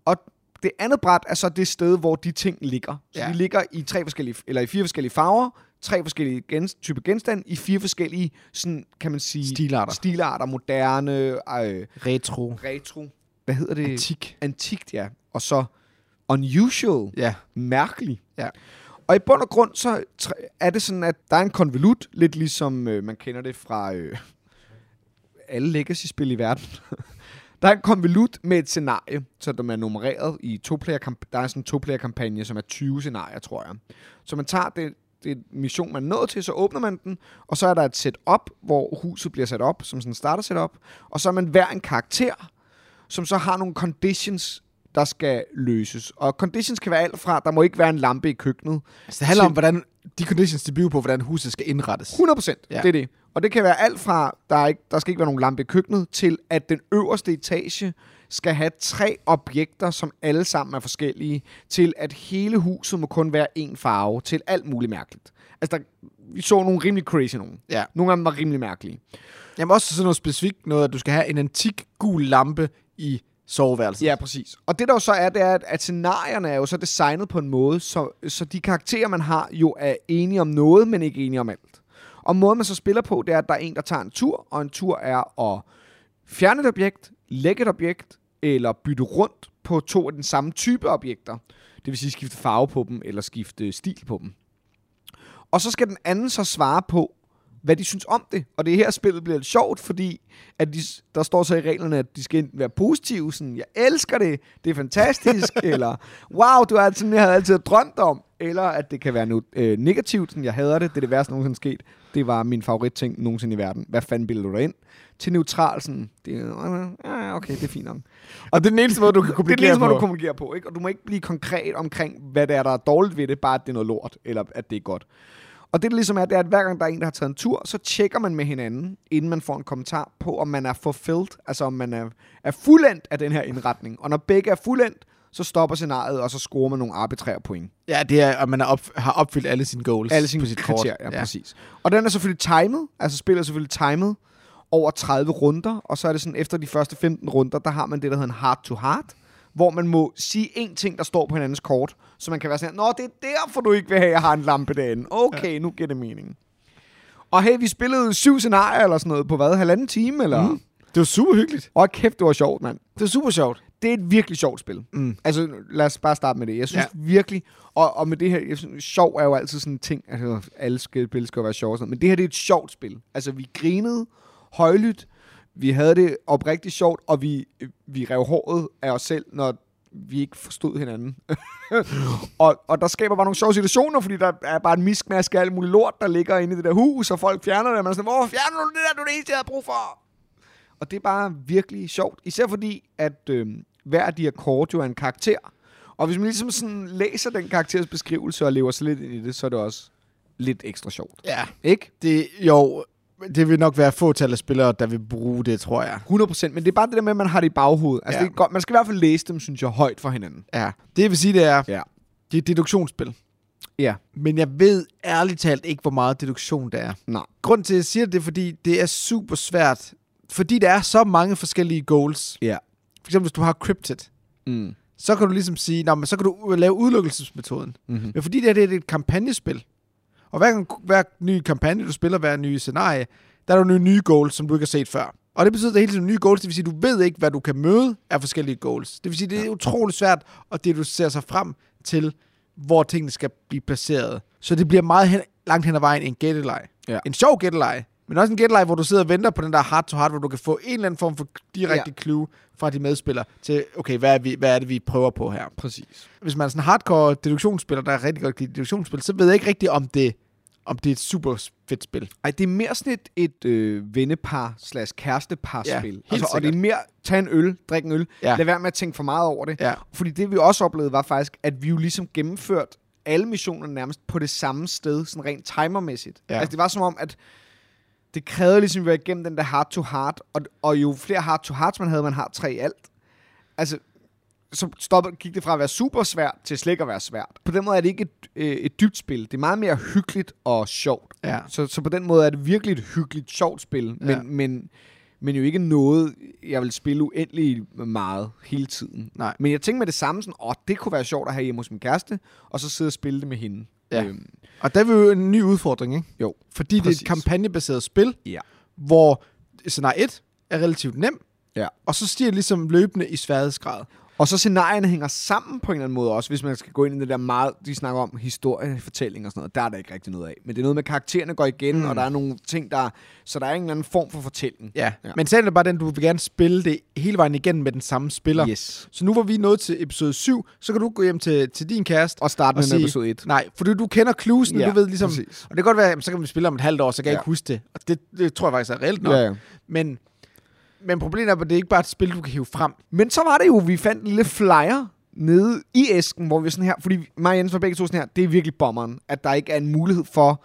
Og det andet bræt er så det sted, hvor de ting ligger. Så Ja. ja. de ligger i tre forskellige, eller i fire forskellige farver, tre forskellige gens, typer genstande, i fire forskellige, sådan, kan man sige, Stilarter. stilarter moderne, øh, Retro. retro, hvad hedder det? Antik. Antikt, ja. Og så unusual, Ja. mærkelig. Ja. Og i bund og grund, så tr- er det sådan, at der er en konvolut, lidt ligesom øh, man kender det fra øh, alle legacy-spil i verden. der er en konvolut med et scenarie, så der er nummereret i to -kamp- Der er sådan en to-player-kampagne, som er 20 scenarier, tror jeg. Så man tager det, det mission, man er nået til, så åbner man den, og så er der et setup, hvor huset bliver sat op, som sådan en starter setup, og så er man hver en karakter, som så har nogle conditions, der skal løses. Og conditions kan være alt fra, der må ikke være en lampe i køkkenet. Altså, det handler om, hvordan de conditions, de bygger på, hvordan huset skal indrettes. 100 procent, Ja. ja. det er det. Og det kan være alt fra, der, er ikke, der skal ikke være nogen lampe i køkkenet, til at den øverste etage skal have tre objekter, som alle sammen er forskellige, til at hele huset må kun være én farve, til alt muligt mærkeligt. Altså, der, vi så nogle rimelig crazy nogen. Ja. Nogle af dem var rimelig mærkelige. Jamen også sådan noget specifikt noget, at du skal have en antik gul lampe i soveværelset. Ja, præcis. Og det der jo så er, det er, at, at scenarierne er jo så designet på en måde, så, så de karakterer, man har, jo er enige om noget, men ikke enige om alt. Og måden, man så spiller på, det er, at der er en, der tager en tur, og en tur er at fjerne et objekt, lægge et objekt, eller bytte rundt på to af den samme type objekter. Det vil sige skifte farve på dem, eller skifte stil på dem. Og så skal den anden så svare på, hvad de synes om det. Og det er her, spillet bliver lidt sjovt, fordi at de, der står så i reglerne, at de skal enten være positive, sådan, jeg elsker det, det er fantastisk, eller wow, du er sådan, jeg havde altid drømt om, eller at det kan være nu, øh, negativt, sådan, jeg hader det, det er det værste nogensinde sket, det var min favoritting nogensinde i verden, hvad fanden billeder du dig ind? Til neutral, sådan, det er, ja, okay, det er fint nok. Og det er den eneste måde, du kan Det er den kommunikere eneste, måde, på. du kommunikerer på, ikke? Og du må ikke blive konkret omkring, hvad det er, der er dårligt ved det, bare at det er noget lort, eller at det er godt. Og det, der ligesom er, det er, at hver gang der er en, der har taget en tur, så tjekker man med hinanden, inden man får en kommentar på, om man er fulfilled, altså om man er, er fuldendt af den her indretning. Og når begge er fuldendt, så stopper scenariet, og så scorer man nogle arbitrære point. Ja, det er, at man er op, har opfyldt alle sine goals Alle sine på sit kort. kriterier, ja, præcis. Og den er selvfølgelig timet, altså spillet er selvfølgelig timet over 30 runder, og så er det sådan, efter de første 15 runder, der har man det, der hedder en heart-to-heart, hvor man må sige én ting, der står på hinandens kort, så man kan være sådan her, Nå, det er derfor, du ikke vil have, at jeg har en lampe derinde. Okay, ja. nu giver det mening. Og hey, vi spillede syv scenarier eller sådan noget på hvad? Halvanden time, eller? Mm. Mm. Det var super hyggeligt. Og kæft, det var sjovt, mand. Det var super sjovt. Det er et virkelig sjovt spil. Mm. Altså, lad os bare starte med det. Jeg synes ja. virkelig, og, og med det her, jeg synes, sjov er jo altid sådan en ting, altså, alle skal- spil skal jo være sjove, og sådan noget, men det her det er et sjovt spil. Altså, vi grinede højlydt, vi havde det oprigtigt sjovt, og vi, øh, vi rev håret af os selv, når vi ikke forstod hinanden. og, og der skaber bare nogle sjove situationer, fordi der er bare en miskmask af alt muligt lort, der ligger inde i det der hus, og folk fjerner det, og man er sådan, hvor fjerner du det der, du er det eneste, jeg havde brug for? Og det er bare virkelig sjovt. Især fordi, at øh, hver af de her kort jo er en karakter. Og hvis man ligesom sådan læser den karakteres beskrivelse og lever sig lidt ind i det, så er det også lidt ekstra sjovt. Ja. Ikke? Det, jo, det vil nok være få tal af spillere, der vil bruge det, tror jeg. 100%, men det er bare det der med, at man har det i baghovedet. Altså, ja. Ja. det er godt. Man skal i hvert fald læse dem, synes jeg, højt for hinanden. Ja. Det jeg vil sige, det er, Ja. det er et deduktionsspil. Ja. Men jeg ved ærligt talt ikke, hvor meget deduktion der er. Nej. Grunden til, at jeg siger det, det er, fordi det er super svært. Fordi der er så mange forskellige goals. Ja. For eksempel, hvis du har Cryptid, Mm. så kan du ligesom sige, Nå, men så kan du u- lave udelukkelsesmetoden. Mhm. Men fordi det her det er et kampagnespil, og hver, gang, hver ny kampagne, du spiller, hver nye scenarie, der er der nogle nye goals, som du ikke har set før. Og det betyder, at der er hele tiden nye goals, det vil sige, at du ved ikke, hvad du kan møde af forskellige goals. Det vil sige, at det er utrolig svært, og det du ser sig frem til, hvor tingene skal blive placeret. Så det bliver meget hen, langt hen ad vejen en gætteleje. Ja. En sjov gætteleje, men også en gætteleje, hvor du sidder og venter på den der hard to hard, hvor du kan få en eller anden form for direkte Ja. clue fra de medspillere til, okay, hvad er, vi, hvad er det, vi prøver på her? Præcis. hvis man er sådan en hardcore deduktionsspiller, der er rigtig godt kan lide deduktionsspil, så ved jeg ikke rigtigt, om det, om det er et super fedt spil. Ej, det er mere sådan et, et øh, vennepar slash kærestepar Ja, spil. helt altså, og det er sikkert. mere, tag en øl, drik en øl. Ja. Lad være med at tænke for meget over det. Ja. Fordi det vi også oplevede var faktisk, at vi jo ligesom gennemførte alle missionerne nærmest på det samme sted, sådan rent timermæssigt. Ja. Ja. Altså det var som om, at det krævede ligesom, at vi var igennem den der hard to hard, og, og jo flere hard to hards man havde, man har tre i alt. Altså, så stoppede, gik det fra at være super svært til slet ikke at være svært. På den måde er det ikke et, øh, et dybt spil. Det er meget mere hyggeligt og sjovt. Ja. Så, så på den måde er det virkelig et hyggeligt, sjovt spil, men, Ja. men, men jo ikke noget, jeg vil spille uendelig meget hele tiden. Nej. Men jeg tænkte med det samme, sådan, åh, det kunne være sjovt at have hjemme hos min kæreste, og så sidde og spille det med hende. Ja. Øhm, Og der er vi jo en ny udfordring, ikke? jo. Fordi Præcis. det Præcis. er et kampagnebaseret spil, Ja. hvor scenarie 1 er relativt nem, ja. og så stiger det ligesom løbende i sværhedsgrad. Og så scenarierne hænger sammen på en eller anden måde også, hvis man skal gå ind i det der meget, de snakker om historiefortælling og sådan noget. Der er der ikke rigtig noget af. Men det er noget med, at karaktererne går igen, mm. og der er nogle ting, der... Så der er en eller anden form for fortælling. Ja. Ja. ja. Men sagen er bare den, du vil gerne spille det hele vejen igen med den samme spiller. Yes. Så nu hvor vi er nået til episode 7, så kan du gå hjem til, til din kæreste Og starte med sige- episode 1. Nej, fordi du kender cluesen, Ja, ja, du ved ligesom... præcis. Præcis. Og det kan godt være, jamen, så kan vi spille om et halvt år, så kan ja. Ja. jeg ikke huske det. Og det, det tror jeg faktisk er reelt nok. Ja, ja. Men, men problemet er, at det er ikke bare et spil, du kan hive frem. Men så var det jo, vi fandt en lille flyer nede i æsken, hvor vi sådan her, fordi mig og Jens var begge to sådan her, det er virkelig bommeren, at der ikke er en mulighed for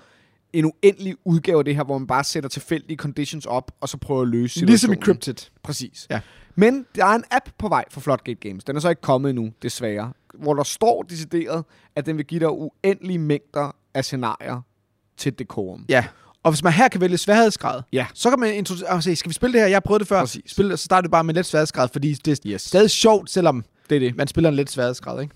en uendelig udgave af det her, hvor man bare sætter tilfældige conditions op, og så prøver at løse situationen. Ligesom i Cryptid. Præcis. Ja. Men der er en app på vej for Floodgate Games. Den er så ikke kommet endnu, desværre. Hvor der står decideret, at den vil give dig uendelige mængder af scenarier til dekorum. Ja. Og hvis man her kan vælge sværhedsgrad, Ja. så kan man introducere, og sige, skal vi spille det her? Jeg har prøvet det før. Præcis. Spil, det, og så starter det bare med let sværhedsgrad, fordi det er Yes. yes. stadig sjovt, selvom Det er det. man spiller en let sværhedsgrad. Ikke?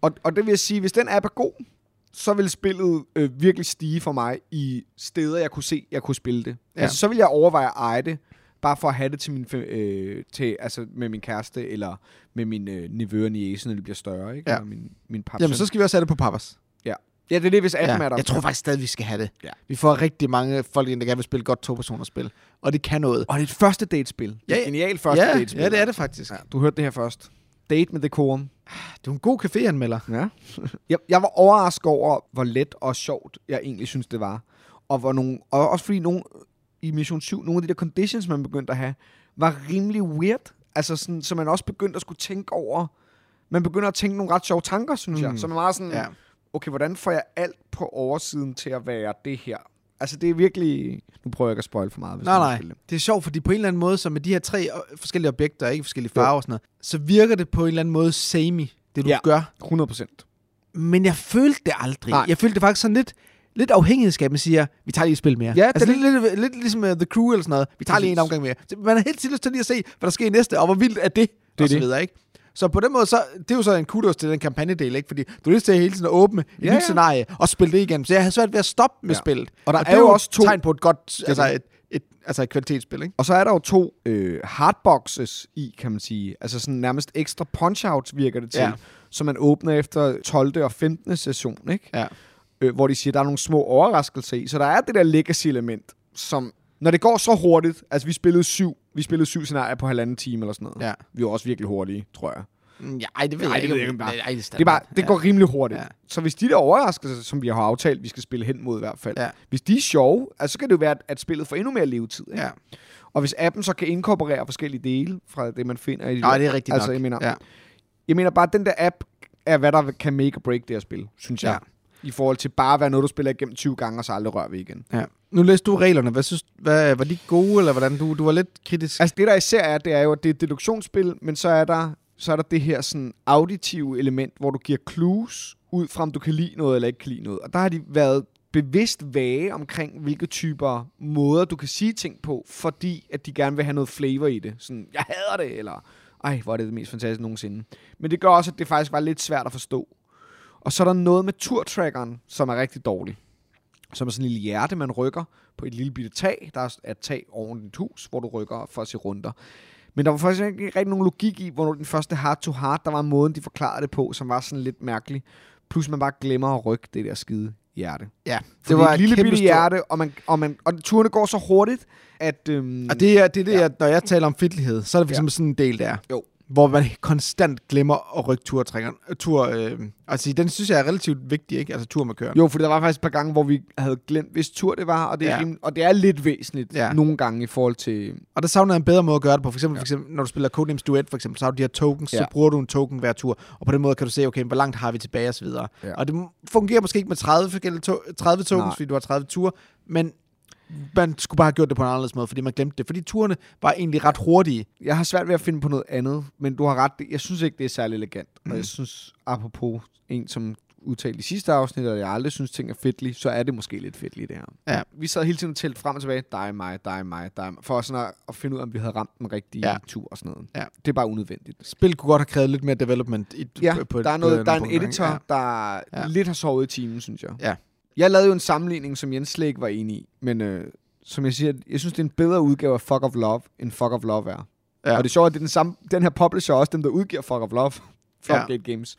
Og, og det vil jeg sige, hvis den app er god, så vil spillet øh, virkelig stige for mig i steder, jeg kunne se, jeg kunne spille det. Ja. Ja. Altså, så vil jeg overveje at eje det, bare for at have det til min, fa- øh, til, altså, med min kæreste, eller med min øh, nevø og niece, når det bliver større, ikke? Ja. Eller min, min papsøn. Jamen, så skal vi også have det på Pappers. Ja. ja, det er det, hvis appen ja. er der. Jeg tror faktisk stadig, vi skal have det. Ja. Vi får rigtig mange folk ind, der gerne vil spille godt to-personers-spil. Og det kan noget. Og det er et første datespil. Det er Ja, et ja. genialt første ja, datespil. ja, det er det faktisk. Du hørte det her først. Date med dekorum. Du er en god caféanmelder. Ja. jeg, jeg var overrasket over, hvor let og sjovt jeg egentlig synes, det var. Og, hvor nogle, og også fordi nogle, i Mission 7, nogle af de der conditions, man begyndte at have, var rimelig weird. Altså sådan, så man også begyndte at skulle tænke over, man begynder at tænke nogle ret sjove tanker, synes mm. jeg. Som er meget sådan, ja. Ja. okay, hvordan får jeg alt på oversiden til at være det her? Altså det er virkelig, nu prøver jeg ikke at spoil for meget. Hvis Nej, man vil nej. spille det. Det er sjovt, fordi på en eller anden måde, så med de her tre øh, forskellige objekter, ikke forskellige farver og sådan noget, så virker det på en eller anden måde semi. Det det du Ja. ja. gør. 100 procent. Men jeg følte det aldrig. Nej. Nej. Jeg følte det faktisk sådan lidt, lidt afhængighedsskab, man siger, vi tager lige et spil mere. Ja, altså, det er lidt, lidt, lidt, ligesom uh, The Crew eller sådan noget. Vi tager lige en Præcis. omgang mere. Så man har helt tiden lyst til lige at se, hvad der sker i næste, og hvor vildt er det, Det det er og så det. videre, ikke? Så på den måde, så, det er jo så en kudos til den kampagnedel, ikke? Fordi du har lyst til hele tiden at åbne et Ja, ja, nyt ja. scenarie og spille det igen. Så jeg har svært ved at stoppe med Ja. ja. spillet. Og der og er det jo et også to- tegn på et godt, er altså det. et, et, altså et kvalitetsspil, ikke? Og så er der jo to øh, hardboxes i, kan man sige. Altså sådan nærmest ekstra punch-outs virker det til, ja. Ja. som man åbner efter 12. og 15. session, ikke? Ja. Øh, hvor de siger, der er nogle små overraskelser i. Så der er det der legacy-element, som... Når det går så hurtigt, altså vi spillede syv, vi spillede syv scenarier på halvanden time eller sådan noget. Ja. Vi var også virkelig hurtige, tror jeg. Mm, Ja, ej, det ved Ej, jeg det ikke. ved jeg om- ikke, om Ej, er Det, er bare, standard. det går rimelig hurtigt. Ja. Ja. Så hvis de der overraskelser, som vi har aftalt, vi skal spille hen mod i hvert fald, ja. Ja. hvis de er sjove, altså, så kan det jo være, at- at spillet får endnu mere levetid. Ikke? Ja. Og hvis appen så kan inkorporere forskellige dele fra det, man finder i de Nej, der- det er rigtigt altså, nok. Jeg mener, Ja. jeg mener bare, at den der app er, hvad der kan make or break det her spil, synes jeg. I forhold til bare at være noget, du spiller igennem 20 gange, og så aldrig rører vi igen. Ja. Nu læste du reglerne. Hvad synes, hvad, var de gode, eller hvordan? Du, du var lidt kritisk. Altså det, der især er, det er jo, at det er et deduktionsspil, men så er der, så er der det her sådan auditive element, hvor du giver clues ud fra, om du kan lide noget eller ikke kan lide noget. Og der har de været bevidst vage omkring, hvilke typer måder, du kan sige ting på, fordi at de gerne vil have noget flavor i det. Sådan, jeg hader det, eller ej, hvor er det det mest fantastiske nogensinde. Men det gør også, at det faktisk var lidt svært at forstå. Og så er der noget med turtrackeren, som er rigtig dårlig som er sådan en lille hjerte, man rykker på et lille bitte tag. Der er et tag oven i et hus, hvor du rykker for at se runder. Men der var faktisk ikke rigtig nogen logik i, hvornår den første hard to hard, der var måden, de forklarede det på, som var sådan lidt mærkelig. Plus man bare glemmer at rykke det der skide hjerte. ja, For det var et lille kæmpe bitte stort- hjerte, og, man, og, man, og turene går så hurtigt, at... Øhm, Og det er det, er det Ja. ja. når jeg taler om fedtlighed, så er det for Ja. eksempel sådan en del, der er, Jo. Hvor man konstant glemmer at rykke turtrækkeren. Tur, øh, altså, den synes jeg er relativt vigtig, ikke? Altså turmarkøren. Jo, for der var faktisk et par gange, hvor vi havde glemt, hvis tur det var, og det er, Ja. ja. og det er lidt væsentligt ja. Ja. nogle gange i forhold til... Og der savner jeg en bedre måde at gøre det på. For eksempel, ja. for eksempel når du spiller Codenames Duet, for eksempel, så har du de her tokens, ja. Ja. så bruger du en token hver tur. Og på den måde kan du se, okay, hvor langt har vi tilbage og så videre. Ja. Ja. Og det m- fungerer måske ikke med 30, forskellige to- 30 tokens, Nej. Nej. fordi du har 30 ture, men man skulle bare have gjort det på en anderledes måde, fordi man glemte det. Fordi turene var egentlig ret hurtige. jeg har svært ved at finde på noget andet, men du har ret. Det- Jeg synes ikke, det er særlig elegant. Mm. Og jeg synes, apropos en, som udtalte i sidste afsnit, at jeg aldrig synes, ting er fedtlige, så er det måske lidt fedtligt, det her. Ja. Vi sad hele tiden og tælte frem og tilbage, dig, mig, dig, mig, dig, mig, for sådan at, at finde ud af, om vi havde ramt den rigtige ja. Ja. tur og sådan noget. Ja. Det er bare unødvendigt. Spil kunne godt have krævet lidt mere development. I, Ja, på- på, på, der er, på noget, nogle der er en punkter, ikke? editor, Ja. ja. der ja. Ja. lidt har sovet i timen, synes jeg. Ja. Jeg lavede jo en sammenligning, som Jens slet ikke var enig i, men øh, som jeg siger, jeg synes, det er en bedre udgave af Fuck of Love, end Fuck of Love er. Ja. Ja. Og det er sjovt, at det er den, samme, den her publisher også, dem der udgiver Fuck of Love, Flopgate ja. Games.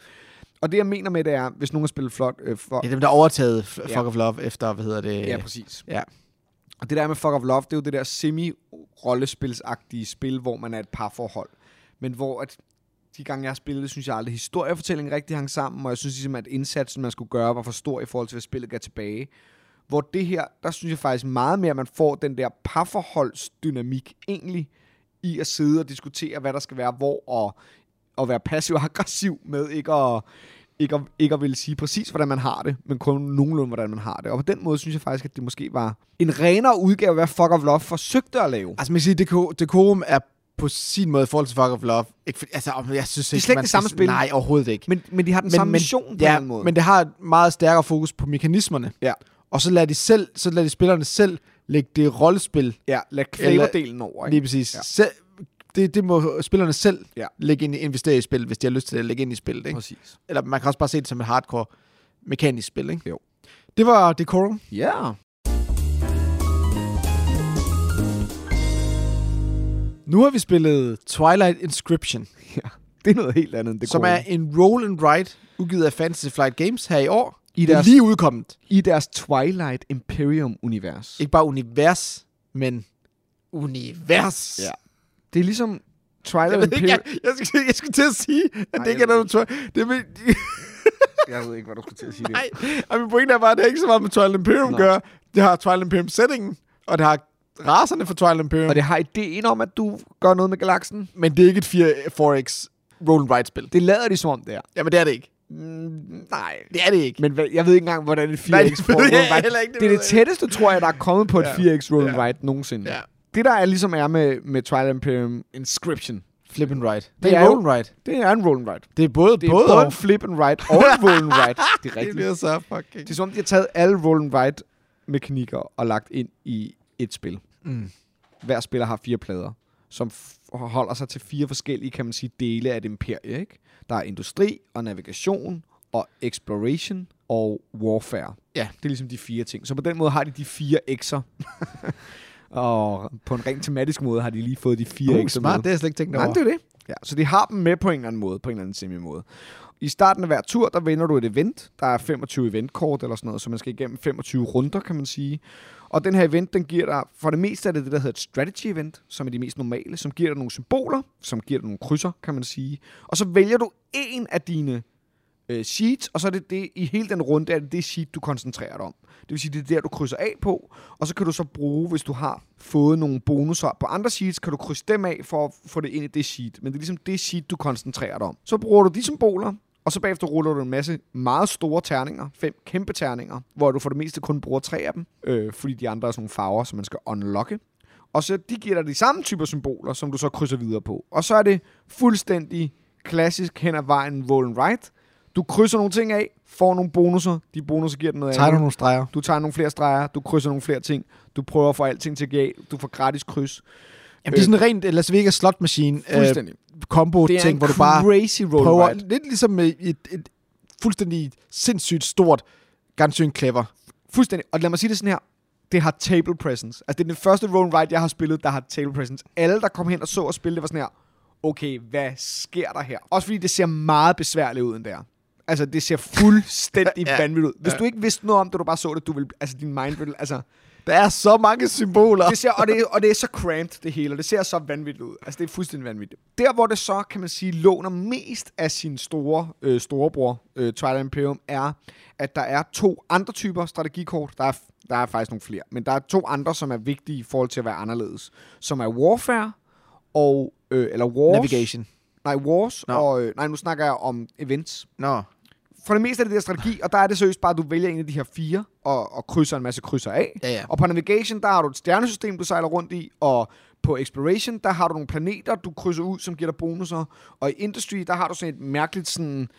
Og det, jeg mener med det er, hvis nogen har spillet flot... Øh, for, Det er dem, der overtaget F- Ja. Fuck of Love efter, hvad hedder det? ja, præcis. ja. Og det der med Fuck of Love, det er jo det der semi-rollespilsagtige spil, hvor man er et parforhold. Men hvor at de gange, jeg har spillet det, synes jeg aldrig, historiefortællingen rigtig hang sammen, og jeg synes ligesom, at indsatsen, man skulle gøre, var for stor i forhold til, hvad spillet gav tilbage. Hvor det her, der synes jeg faktisk meget mere, at man får den der parforholdsdynamik egentlig, i at sidde og diskutere, hvad der skal være hvor, og, og være passiv og aggressiv med ikke at, ikke, at, ikke at ville sige præcis, hvordan man har det, men kun nogenlunde, hvordan man har det. Og på den måde synes jeg faktisk, at det måske var en renere udgave af, hvad Fuck of Love forsøgte at lave. Altså, man kan sige, Deco- Decorum er på sin måde i forhold til Fuck of Love. Ikke, for, altså, om- jeg synes er ikke, slet ikke man det samme skal- spil. Nej, overhovedet ikke. Men, men de har den men, samme mission på en eller ja, anden måde. men det har et meget stærkere fokus på mekanismerne. Ja. Og så lader de, selv, så lader de spillerne selv lægge det rollespil ja, lad flavordelen over. Lige Ikke? præcis. Ja. Ja. Se, det, det må spillerne selv Ja. ja. lægge ind, investere i spillet, hvis de har lyst til at lægge ind i spillet. Ikke? Præcis. Eller man kan også bare se det som et hardcore mekanisk spil. Ikke? Jo. Det var Decorum. Ja. Yeah. Nu har vi spillet Twilight Inscription, Det er noget helt andet end det som gode. er en roll and write, udgivet af Fantasy Flight Games her i år. I I det er deres- lige udkommet. i deres Twilight Imperium-univers. Ikke bare univers, men univers. Ja. Det er ligesom Twilight Jeg, ved ikke, Imperium... jeg, jeg, skulle, jeg skulle til at sige, at Nej, det ikke jeg er ved noget... Twi- Det, men, jeg ved ikke, hvad du skulle til at sige det. Nej, og min pointe er bare, at det har ikke så meget med Twilight Imperium Nå. at gøre. Det har Twilight Imperium-settingen, og det har raserne for Twilight Imperium. Og Det, det har ideen om, at du gør noget med galaksen. men det er ikke et 4 4X roll and write-spil. Det lader de som om, det er. Jamen, det er det ikke. Mm, nej. Det er det ikke. Men hvad, jeg ved ikke engang, hvordan et 4X Nej, det ved roll jeg and write. heller ikke, det, det det er ved det jeg ikke. tætteste, tror jeg, der er kommet på et Ja. 4X roll and Ja. write nogensinde. Ja. Det, der er, ligesom er med, med Twilight Imperium Inscription, Flip and right. Det er jo- right. Det er en roll and write. Det er både, Det er både, både, både og. en flip and write og en roll and write. Det er Det rigtigt. bliver så fucking... Det er som om, de har taget alle roll and write mekanikker og lagt ind i et spil. Mm. Hver spiller har fire plader, som f- holder sig til fire forskellige, kan man sige, dele af et imperie. Ikke? Der er industri og navigation og exploration og warfare. Ja. Det er ligesom de fire ting. Så på den måde har de de fire x'er. og på en rent tematisk måde har de lige fået de fire Uh, x'er med. smart, det har jeg slet ikke tænkt Nej, over. men det er det. Ja, så de har dem med på en eller anden måde, på en eller anden semi-måde. I starten af hver tur, der vender du et event. Der er 25 eventkort eller sådan noget, så man skal igennem 25 runder, kan man sige. Og den her event, den giver dig, for det meste er det det, der hedder et strategy event, som er de mest normale, som giver dig nogle symboler, som giver dig nogle krydser, kan man sige. Og så vælger du en af dine øh, sheets, og så er det det, i hele den runde, er det det sheet, du koncentrerer dig om. Det vil sige, det er der, du krydser af på, og så kan du så bruge, hvis du har fået nogle bonusser på andre sheets, kan du krydse dem af for at få det ind i det sheet. Men det er ligesom det sheet, du koncentrerer dig om. Så bruger du de symboler, og så bagefter ruller du en masse meget store terninger, fem kæmpe terninger, hvor du for det meste kun bruger tre af dem, øh, fordi de andre er sådan nogle farver, som man skal unlocke. Og så de giver dig de samme typer symboler, som du så krydser videre på. Og så er det fuldstændig klassisk hen ad vejen roll and write. Du krydser nogle ting af, får nogle bonusser, de bonusser giver dig noget Tager du andet. nogle streger? Du tager nogle flere streger, du krydser nogle flere ting, du prøver at få alting til at gå af, du får gratis kryds. Jamen, det er sådan en rent eh, Las Vegas slot machine øh, Fuldstændig. det er combo-ting, en hvor du bare crazy roll prøver... ride. Lidt ligesom med et, et fuldstændig sindssygt stort Gansyn Clever. Fuldstændig. Og lad mig sige det sådan her. Det har table presence. Altså, det er den første roll and ride, jeg har spillet, der har table presence. Alle, der kom hen og så og spille, det var sådan her, okay, hvad sker der her? Også fordi det ser meget besværligt ud, end det er. Altså, det ser fuldstændig Ja. ja. vanvittigt ud. Hvis Ja. du ikke vidste noget om det, du bare så det, du ville, altså, din mind ville, altså, Der er så mange symboler. det ser, og, det, og det er så cramped, det hele, og det ser så vanvittigt ud. Altså, det er fuldstændig vanvittigt. Der, hvor det så, kan man sige, låner mest af sin store øh, storebror, øh, Twilight Imperium, er, at der er to andre typer strategikort. Der er, der er faktisk nogle flere, men der er to andre, som er vigtige i forhold til at være anderledes. Som er Warfare og... Øh, eller Wars. Navigation. Nej, Wars. Nå. No. Og, øh, nej, nu snakker jeg om events Nå. for det meste er det der strategi, og der er det seriøst bare, at du vælger en af de her fire, og, og krydser en masse krydser af. Ja, ja. Og på navigation, der har du et stjernesystem, du sejler rundt i, og på exploration, der har du nogle planeter, du krydser ud, som giver dig bonusser. Og i industry, der har du sådan et mærkeligt sådan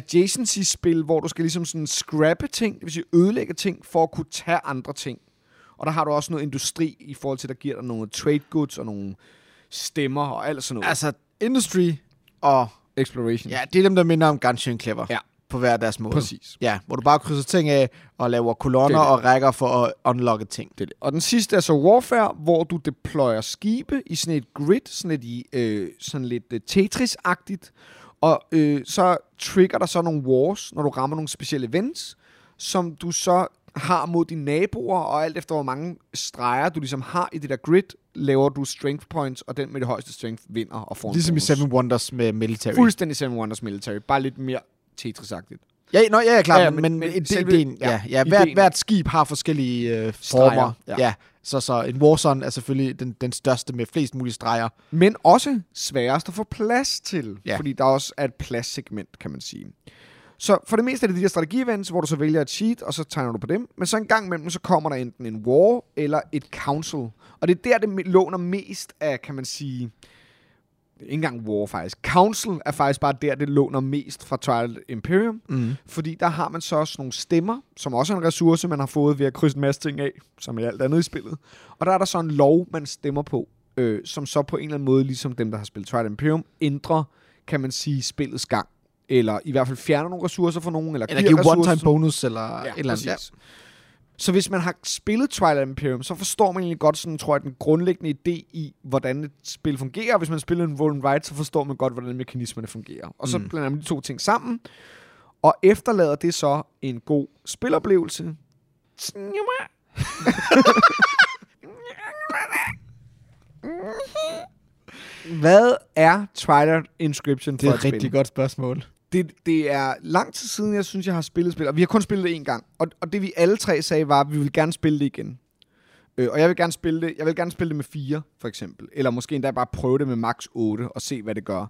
adjacency-spil, hvor du skal ligesom sådan scrappe ting, det vil sige ødelægge ting, for at kunne tage andre ting. Og der har du også noget industri i forhold til, der giver dig nogle trade goods og nogle stemmer og alt sådan noget. Altså, Industry og... Exploration. Altså- Ja, det er dem, der minder om Gansyn Clever. Ja. På hver deres måde. Præcis. Ja, hvor du bare krydser ting af og laver kolonner Det er og rækker for at unlocke ting. Det er det. Og den sidste er så Warfare, hvor du deployer skibe i sådan et grid, sådan lidt, i, øh, sådan lidt øh, Tetris-agtigt. Og øh, så trigger der så nogle wars, når du rammer nogle specielle events, som du så har mod dine naboer, og alt efter hvor mange streger du ligesom har i det der grid, laver du strength points, og den med det højeste strength vinder og får en Ligesom i bonus. Seven Wonders med Military. Fuldstændig Seven Wonders Military, bare lidt mere Tetris-agtigt. Ja, nå, ja, ja, klart, Ja, ja, men, men- men, men det, selve- det er en, ja, ja, ja, hvert, ideen. hvert skib har forskellige øh, Streger, former. Ja. ja. ja. Så, så en Warzone er selvfølgelig den, den største med flest mulige streger. men også sværest at få plads til, Ja. ja. fordi der også er et pladssegment, kan man sige. Så for det meste er det de der strategievents, hvor du så vælger et sheet, og så tegner du på dem. Men så en gang imellem, så kommer der enten en war eller et council. Og det er der, det me- låner mest af, kan man sige... Ikke engang war, faktisk. Council er faktisk bare der, det låner mest fra Twilight Imperium. Mm. Fordi der har man så også nogle stemmer, som også er en ressource, man har fået ved at krydse en masse ting af, som i alt andet i spillet. Og der er der så en lov, man stemmer på, øh, som så på en eller anden måde, ligesom dem, der har spillet Twilight Imperium, ændrer, kan man sige, spillets gang. Eller i hvert fald fjerner nogle ressourcer fra nogen, eller, Eller give ressourcer one-time til bonus, eller Ja, et eller andet. Ja. præcis. Så hvis man har spillet Twilight Imperium, så forstår man egentlig godt sådan, tror jeg, den grundlæggende idé i, hvordan et spil fungerer. Og hvis man spiller en roll and write, så forstår man godt, hvordan mekanismerne fungerer. Og så Mm. mm. blander man de to ting sammen, og efterlader det så en god spiloplevelse. Hvad er Twilight Inscription Det for er et et spil? rigtig godt spørgsmål. det, det er lang tid siden, jeg synes, jeg har spillet spil, og vi har kun spillet det én gang. Og, og det vi alle tre sagde var, at vi vil gerne spille det igen. Øh, og jeg vil gerne spille det, jeg vil gerne spille det med fire, for eksempel. Eller måske endda bare prøve det med max 8 og se, hvad det gør.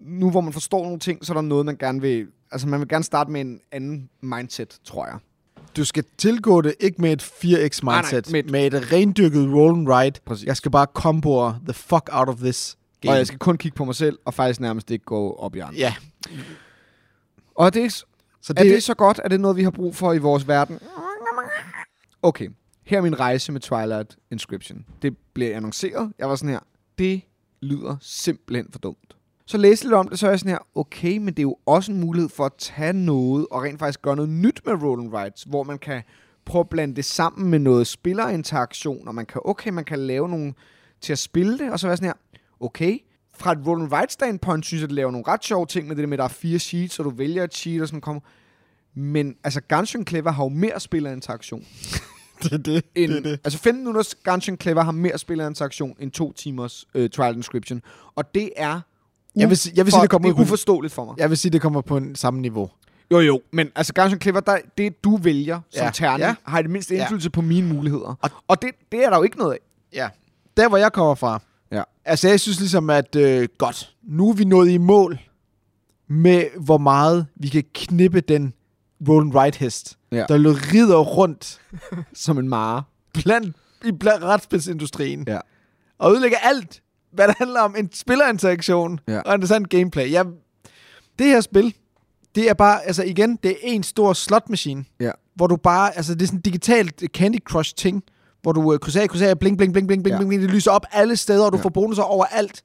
Nu hvor man forstår nogle ting, så er der noget, man gerne vil... Altså, man vil gerne starte med en anden mindset, tror jeg. Du skal tilgå det ikke med et 4x nej, mindset, med et- med et rendyrket roll and ride. Præcis. Jeg skal bare comboer the fuck out of this, Game. Og jeg skal kun kigge på mig selv, og faktisk nærmest ikke gå op i andre. Ja. Og er det, så Så det... er det så godt? Er det noget, vi har brug for i vores verden? Okay, her er min rejse med Twilight Inscription. Det blev annonceret. Jeg var sådan her, det lyder simpelthen for dumt. Så læste jeg lidt om det, så er jeg sådan her, okay, men det er jo også en mulighed for at tage noget og rent faktisk gøre noget nyt med Rolling Rights, hvor man kan prøve at blande det sammen med noget spillerinteraktion, og man kan, okay, man kan lave nogle til at spille det, og så er jeg sådan her, okay, fra et Rolling Rights standpoint, synes jeg, det laver nogle ret sjove ting med det der med, at der er fire sheets, og du vælger et sheet, og sådan kommer. Men altså, Gunshin Clever har jo mere spillerinteraktion det, er det, end, det, det. Altså 15 minutters Gunshin Clever har mere spillerinteraktion end to timers øh, Trial Inscription. Og det er Jeg vil, si- jeg vil sige, det kommer det er ud på, uforståeligt for mig. jeg vil sige, det kommer på en samme niveau. Jo, jo. Men altså Gunshin Clever, der, det du vælger som Ja. terning, Ja. har i det mindste Ja. indflydelse på mine muligheder. Og- Og, og det, det er der jo ikke noget af. Ja. Der, hvor jeg kommer fra. Ja. Altså, jeg synes ligesom, at øh, godt, nu er vi nået i mål med, hvor meget vi kan knippe den Roland Wright hest, Ja. der lå rider rundt Som en mare. blandt, i blandt retspilsindustrien. Ja. Og ødelægger alt, hvad der handler om en spillerinteraktion Ja. og interessant gameplay. Jeg, det her spil, det er bare, altså igen, det er en stor slot-machine. Ja. hvor du bare, altså det er sådan en digitalt Candy Crush ting, hvor du øh, krydser af, krydser af, bling, bling, bling, bling, bling, Ja. bling, bling, det lyser op alle steder, og du Ja. får bonusser overalt,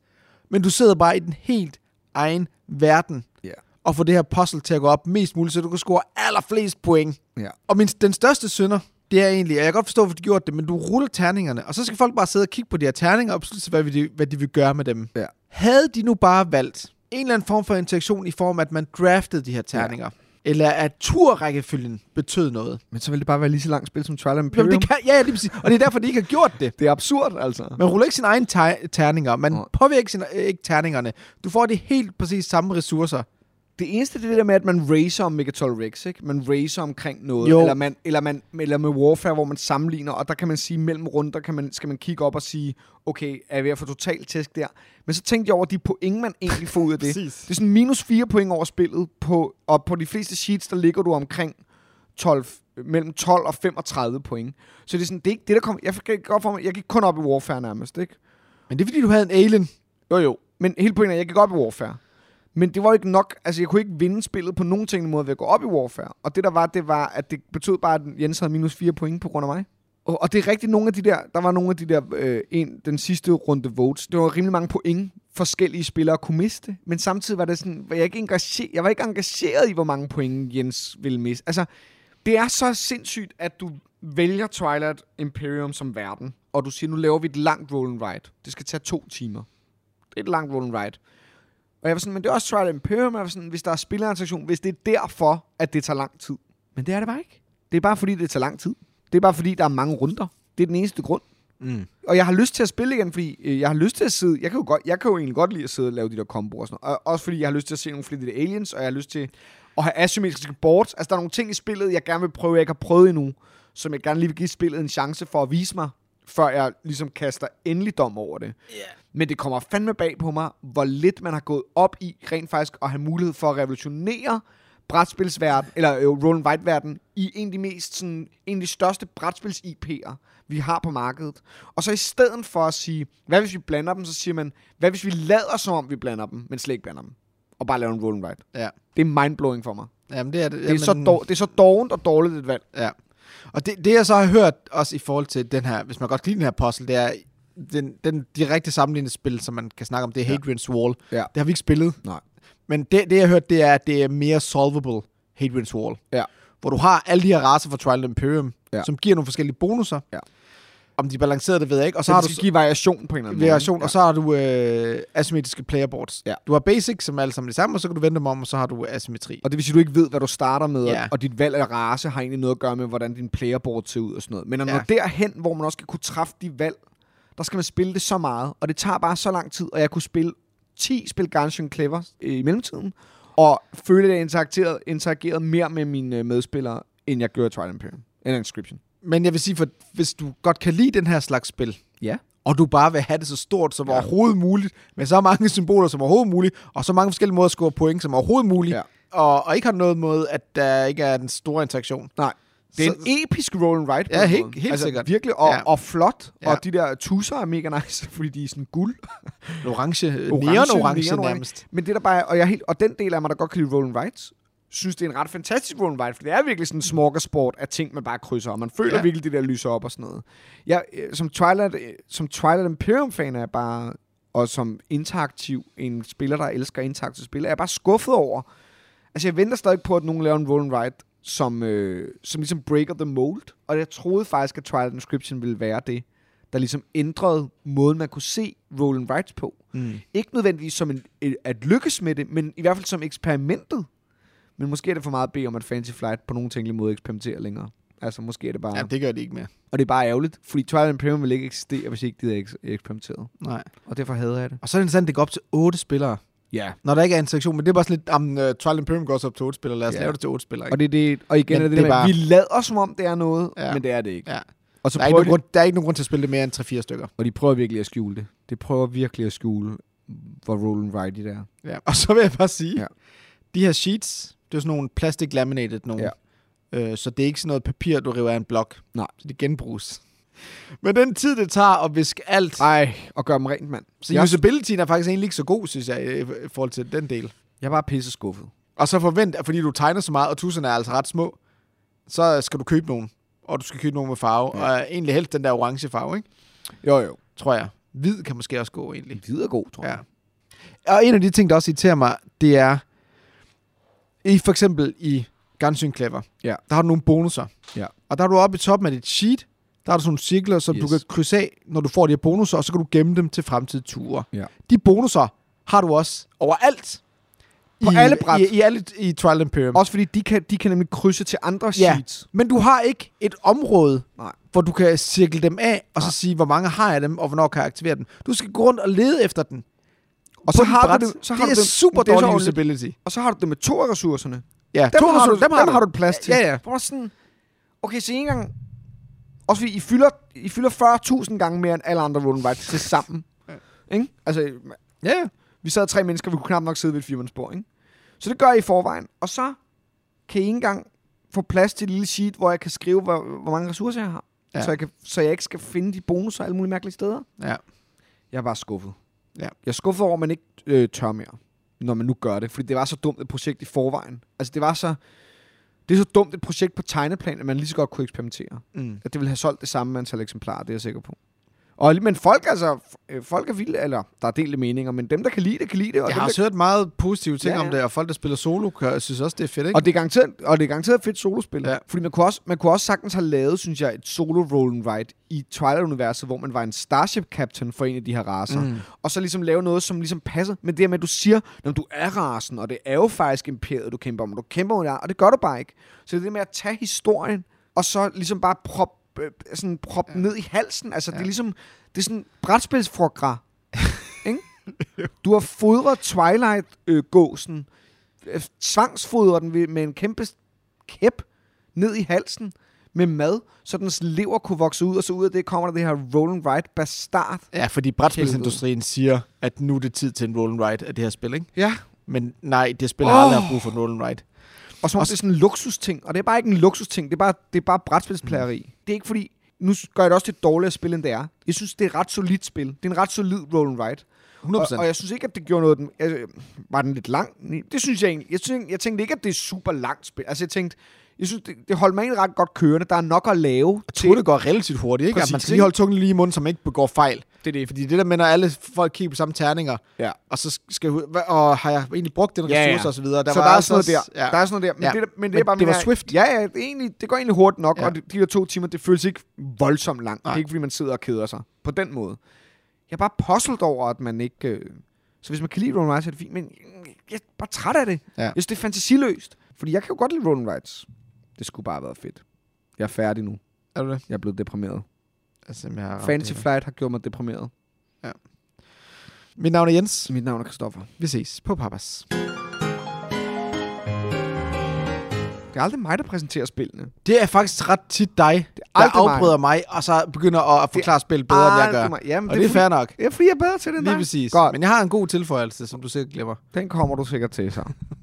men du sidder bare i den helt egen verden, Ja. og får det her puzzle til at gå op mest muligt, så du kan score allerflest point. Ja. Og min, den største synder, det er egentlig, og jeg kan godt forstå, hvorfor du gjorde det, men du ruller terningerne, og så skal folk bare sidde og kigge på de her terninger, og beslutte sig, hvad, vi- hvad de vil gøre med dem. Ja. Havde de nu bare valgt en eller anden form for interaktion i form af, at man draftede de her terninger, ja. eller at turrækkefølgen betød noget, Men så vil det bare være lige så langt spil som Twilight Imperium. Jamen, det kan, ja, ja, lige præcis. Og det er derfor, de ikke har gjort det. det er absurd, altså. Man ruller ikke sine egne te- terninger. Man Nej. påvirker sine, øh, ikke terningerne. Du får de helt præcis samme ressourcer. Det eneste det er det der med, at man racer om Megatol Rex, ikke? Man racer omkring noget. Jo. Eller, man, eller, man, eller med Warfare, hvor man sammenligner, og der kan man sige, mellem runder kan man, skal man kigge op og sige, okay, er jeg ved at få totalt tæsk der? Men så tænkte jeg over de point, man egentlig får ud af det. Præcis. det er sådan minus 4 point over spillet, på, og på de fleste sheets, der ligger du omkring 12, mellem 12 og 35 point. Så det er sådan, det er ikke det, der kommer... Jeg, gik op for mig, jeg gik kun op i Warfare nærmest, ikke? Men det er, fordi du havde en alien. Jo, jo. Men hele pointen er, at jeg gik op i Warfare. Men det var jo ikke nok. Altså, jeg kunne ikke vinde spillet på nogen ting måde ved at gå op i Warfare. Og det der var, det var, at det betød bare, at Jens havde minus 4 point på grund af mig. Og, og det er rigtigt, nogle af de der, der var nogle af de der, øh, en, den sidste runde votes, det var rimelig mange point, forskellige spillere kunne miste. Men samtidig var det sådan, var jeg, ikke engageret, jeg var ikke engageret i, hvor mange point Jens ville miste. Altså, det er så sindssygt, at du vælger Twilight Imperium som verden, og du siger, nu laver vi et langt roll and ride. Det skal tage to timer. Det er et langt roll and ride. Og jeg var sådan, men det er også Trial Imperium, jeg var sådan, hvis der er spillerinteraktion, hvis det er derfor, at det tager lang tid. Men det er det bare ikke. Det er bare fordi, det tager lang tid. Det er bare fordi, der er mange runder. Det er den eneste grund. Mm. Og jeg har lyst til at spille igen, fordi øh, jeg har lyst til at sidde... Jeg kan jo, godt, jeg kan jo egentlig godt lide at sidde og lave de der komboer og sådan noget. Og også fordi jeg har lyst til at se nogle flere af de der aliens, og jeg har lyst til at have asymmetriske boards. Altså, der er nogle ting i spillet, jeg gerne vil prøve, jeg ikke har prøvet endnu, som jeg gerne lige vil give spillet en chance for at vise mig, før jeg ligesom kaster endelig dom over det. Men det kommer fandme bag på mig, hvor lidt man har gået op i rent faktisk at have mulighed for at revolutionere brætspilsverden, eller øh, roll and white verden i en af de mest sådan, en af de største brætspils IP'er, vi har på markedet. Og så i stedet for at sige, hvad hvis vi blander dem, så siger man, hvad hvis vi lader som om vi blander dem, men slet ikke blander dem, og bare laver en roll and white. Ja. Det er mindblowing for mig. Jamen, det er det. Det er, så dår, det er så dårligt og dårligt et valg. Ja. Og det, det, jeg så har hørt også i forhold til den her, hvis man godt kan lide den her puzzle, det er den, den direkte sammenlignende spil, som man kan snakke om, det er Hadrian's Wall. Ja. Det har vi ikke spillet. Nej. Men det, det jeg har hørt, det er, at det er mere solvable Hadrian's Wall. Ja. Hvor du har alle de her raser fra Trial Imperium, Ja. som giver nogle forskellige bonusser. Ja. Om de er balanceret, det ved jeg ikke. Og så, Så har det du skal give variation på en eller anden variation, måde. og så har du øh, asymmetriske playerboards. Ja. Du har basic, som er alle sammen det samme, og så kan du vende dem om, og så har du asymmetri. Og det vil sige, at du ikke ved, hvad du starter med, Ja. ja. og dit valg af race har egentlig noget at gøre med, hvordan din playerboard ser ud og sådan noget. Men når man Ja. ja. derhen, hvor man også skal kunne træffe de valg, der skal man spille det så meget, og det tager bare så lang tid, og jeg kunne spille 10 spil Gunshin Clever øh, i mellemtiden, og føle, at jeg interagerede, interagerede mere med mine øh, medspillere, end jeg gjorde i Twilight Imperium. Eller Inscription. Men jeg vil sige, for hvis du godt kan lide den her slags spil, Ja. og du bare vil have det så stort som ja. Ja. overhovedet muligt, med så mange symboler som overhovedet muligt, og så mange forskellige måder at score point som overhovedet muligt, Ja. og, og ikke har noget med, at der ikke er den store interaktion, Nej. Det er Så- en episk roll and ride. på Ja, en helt- måde. Altså, helt sikkert. Virkelig, og, Ja. ja. og flot. Ja. Ja. Og de der tusser er mega nice, fordi de er sådan guld. En orange, orange Orange, neon-orange neon-orange. nærmest. Men det der bare er, og, jeg er helt, og den del af mig, der godt kan lide roll and rides, synes, det er en ret fantastisk roll and ride, for det er virkelig sådan en smorgasbord af ting, man bare krydser, og man føler Ja. ja. virkelig, det der lyser op og sådan noget. Jeg, øh, som, Twilight, øh, som Twilight Imperium-fan er jeg bare, og som interaktiv, en spiller, der elsker interaktive spil, er jeg bare skuffet over. Altså, jeg venter stadig på, at nogen laver en roll and ride, som, øh, som ligesom breaker the mold, og jeg troede faktisk, at Twilight Inscription ville være det, der ligesom ændrede måden, man kunne se roll and rides på. Mm. Ikke nødvendigvis som en, øh, at lykkes med det, men i hvert fald som eksperimentet. Men måske er det for meget at bede om, at Fantasy Flight på nogen tænkelig måde eksperimenterer længere. Altså, måske er det bare... Ja, det gør det ikke mere. Og det er bare ærgerligt, fordi Twilight Imperium vil ikke eksistere, hvis ikke de havde eks- eksperimenteret. Nej. Og derfor hader jeg det. Og så er det interessant, at det går op til otte spillere. Ja. Når der ikke er interaktion, men det er bare sådan lidt, om uh, Twilight Imperium går også op til otte spillere, lad os Ja. yeah. lave det til otte spillere. Ikke? Og, det, er det, og igen Men er det, det er det bare... bare- vi lader som om, det er noget, Ja. ja. men det er det ikke. Ja. Og, så der, er ikke prøver nogen de, grund, der er ikke nogen grund til at spille det mere end 3-4 stykker. og de prøver virkelig at skjule det. De prøver virkelig at skjule, hvor roll and ride det er. Ja. Og så vil jeg bare sige, ja. Ja. de her sheets, det er sådan nogle plastic laminated nogle. Ja. Øh, så det er ikke sådan noget papir, du river af en blok. Nej. Så det genbruges. Men den tid, det tager at viske alt, Ej, og gør dem rent, mand. så jeg, usabilityen er faktisk egentlig ikke så god, synes jeg, i- i forhold til den del. jeg er bare pisse skuffet. Og så forvent, at fordi du tegner så meget, og tusserne er altså ret små, så skal du købe nogen. Og du skal købe nogen med farve. Ja. Ja. Og egentlig helst den der orange farve, ikke? Jo, jo. Tror jeg. Hvid kan måske også gå, egentlig. Videre god, tror jeg. Ja. Og en af de ting, der også irriterer mig, det er, i for eksempel i Gunsyn Clever, Ja. der har du nogle bonusser. Ja. Og der er du oppe i toppen af dit sheet, der er der sådan nogle cirkler, som yes. du Yes. kan krydse af, når du får de her bonusser, og så kan du gemme dem til fremtidige ture. Ja. De bonusser har du også overalt. På I, alle bræt. I, i, alle, i Twilight Imperium. Også fordi de kan, de kan nemlig krydse til andre Ja. sheets. Men du har ikke et område, Nej. hvor du kan cirkle dem af, og så sige, hvor mange har jeg dem, og hvornår kan jeg aktivere den. Du skal gå rundt og lede efter den. Og på så dit har, bræt. du det, så har det er du dem, super men det er så dårlig ordentligt. usability. Og så har du det med to af ressourcerne. Dem Ja, dem, har du, dem, har, du. et plads til. Ja, ja. Hvor sådan, okay, så en gang... Også fordi I fylder, I fylder 40.000 gange mere end alle andre Roden White til sammen. Ikke? Altså, Ja, ja. vi sad tre mennesker, vi kunne knap nok sidde ved et firmandsbord, ikke? Så det gør I i forvejen. Og så kan I ikke engang få plads til et lille sheet, hvor jeg kan skrive, hvor, hvor mange ressourcer jeg har. Ja. Ja. Så, jeg kan, så jeg ikke skal finde de bonusser alle mulige mærkelige steder. Ja. Jeg er bare skuffet. Ja. Jeg er skuffet over, at man ikke øh, tør mere, når man nu gør det. Fordi det var så dumt et projekt i forvejen. Altså, det var så... Det er så dumt et projekt på tegneplan, at man lige så godt kunne eksperimentere. Mm. At det ville have solgt det samme antal eksemplarer, det er jeg sikker på. Og, men folk, altså, f- øh, folk er vilde, eller der er delte meninger, men dem, der kan lide det, kan lide det. Og, Jeg dem, har der, også hørt meget positive Ja, ting ja, ja. ja. om det, og folk, der spiller solo, kan, synes også, det er fedt, ikke? og, det er garanteret, og det er garanteret et fedt solospil. Ja. Fordi man kunne, også, man kunne også sagtens have lavet, synes jeg, et solo roll and ride i Twilight-universet, hvor man var en Starship Captain for en af de her raser. Mm. og så ligesom lave noget, som ligesom passer. Men det her med, at du siger, når du er rasen, og det er jo faktisk imperiet, du kæmper om, og du kæmper om det, her," og det gør du bare ikke. Så det er det med at tage historien, og så ligesom bare prop, øh, sådan prop ja. ned i halsen. Altså, ja. det er ligesom, det er sådan brætspilsfrogra. Ikke? du har fodret Twilight-gåsen, øh, tvangsfodret den ved- med en kæmpe kæp ned i halsen med mad, så dens lever kunne vokse ud, og så ud af det kommer der det her roll and ride bastard. Ja, fordi brætspilsindustrien siger, at nu er det tid til en roll and ride af det her spil, ikke? Ja, Men nej, det spil har aldrig Åh. haft brug for en roll and ride. Og som om det er sådan en luksusting, og det er bare ikke en luksusting, det er bare, det er bare brætspilsplageri. Mm. Det er ikke fordi, nu s- gør jeg det også til et dårligere spil, end det er. Jeg synes, det er et ret solidt spil. Det er en ret solid roll and ride. 100%. Og, og jeg synes ikke, at det gjorde noget... Den, altså, var den lidt lang? Nej, Det synes jeg egentlig. Jeg, synes, jeg tænkte ikke, at det er super langt spil. Altså, jeg tænkte, jeg synes, det, det holdt mig egentlig ret godt kørende. Der er nok at lave Jeg tror, det går relativt hurtigt, ikke? at Præcis, man skal lige ikke? holde tungen lige i munden, så man ikke begår fejl. Det er det. Fordi det der med, når alle folk kigger på samme terninger, Ja. og så skal jeg ud- hvad- og har jeg egentlig brugt den ressource og så videre. Der så der er altså sådan noget også- der. Ja. Der er sådan noget der. Men, Ja. ja. det, der- men det, Men er bare det var mere- swift. Ja, ja. Det, er egentlig, det går egentlig hurtigt nok, Ja. ja. og det, de der to timer, det føles ikke voldsomt langt. Det Nej. er ikke, fordi man sidder og keder sig på den måde. Jeg er bare puzzled over, at man ikke... Øh... Så hvis man kan lide Roll Rides, er det fint, men jeg er bare træt af det. Ja. Jeg synes, det er fantasiløst. Fordi jeg kan jo godt lide Roll Rides. Det skulle bare have været fedt. Jeg er færdig nu. Er du det? Jeg er blevet deprimeret. Altså, jeg har ramt Fantasy det her. Flight har gjort mig deprimeret. Mit navn er Jens. Så mit navn er Christoffer. Vi ses på Papas. Det er aldrig mig, der præsenterer spillene. Det er faktisk ret tit dig, der aldrig mig. afbryder mig, og så begynder at forklare spillet bedre, end jeg Aldrig gør. mig. Jamen, Og det er fordi- fair nok. Ja, fordi jeg er bedre til det end Lige dig. præcis. Godt. Men jeg har en god tilføjelse, som du sikkert glemmer. Den kommer du sikkert til, så.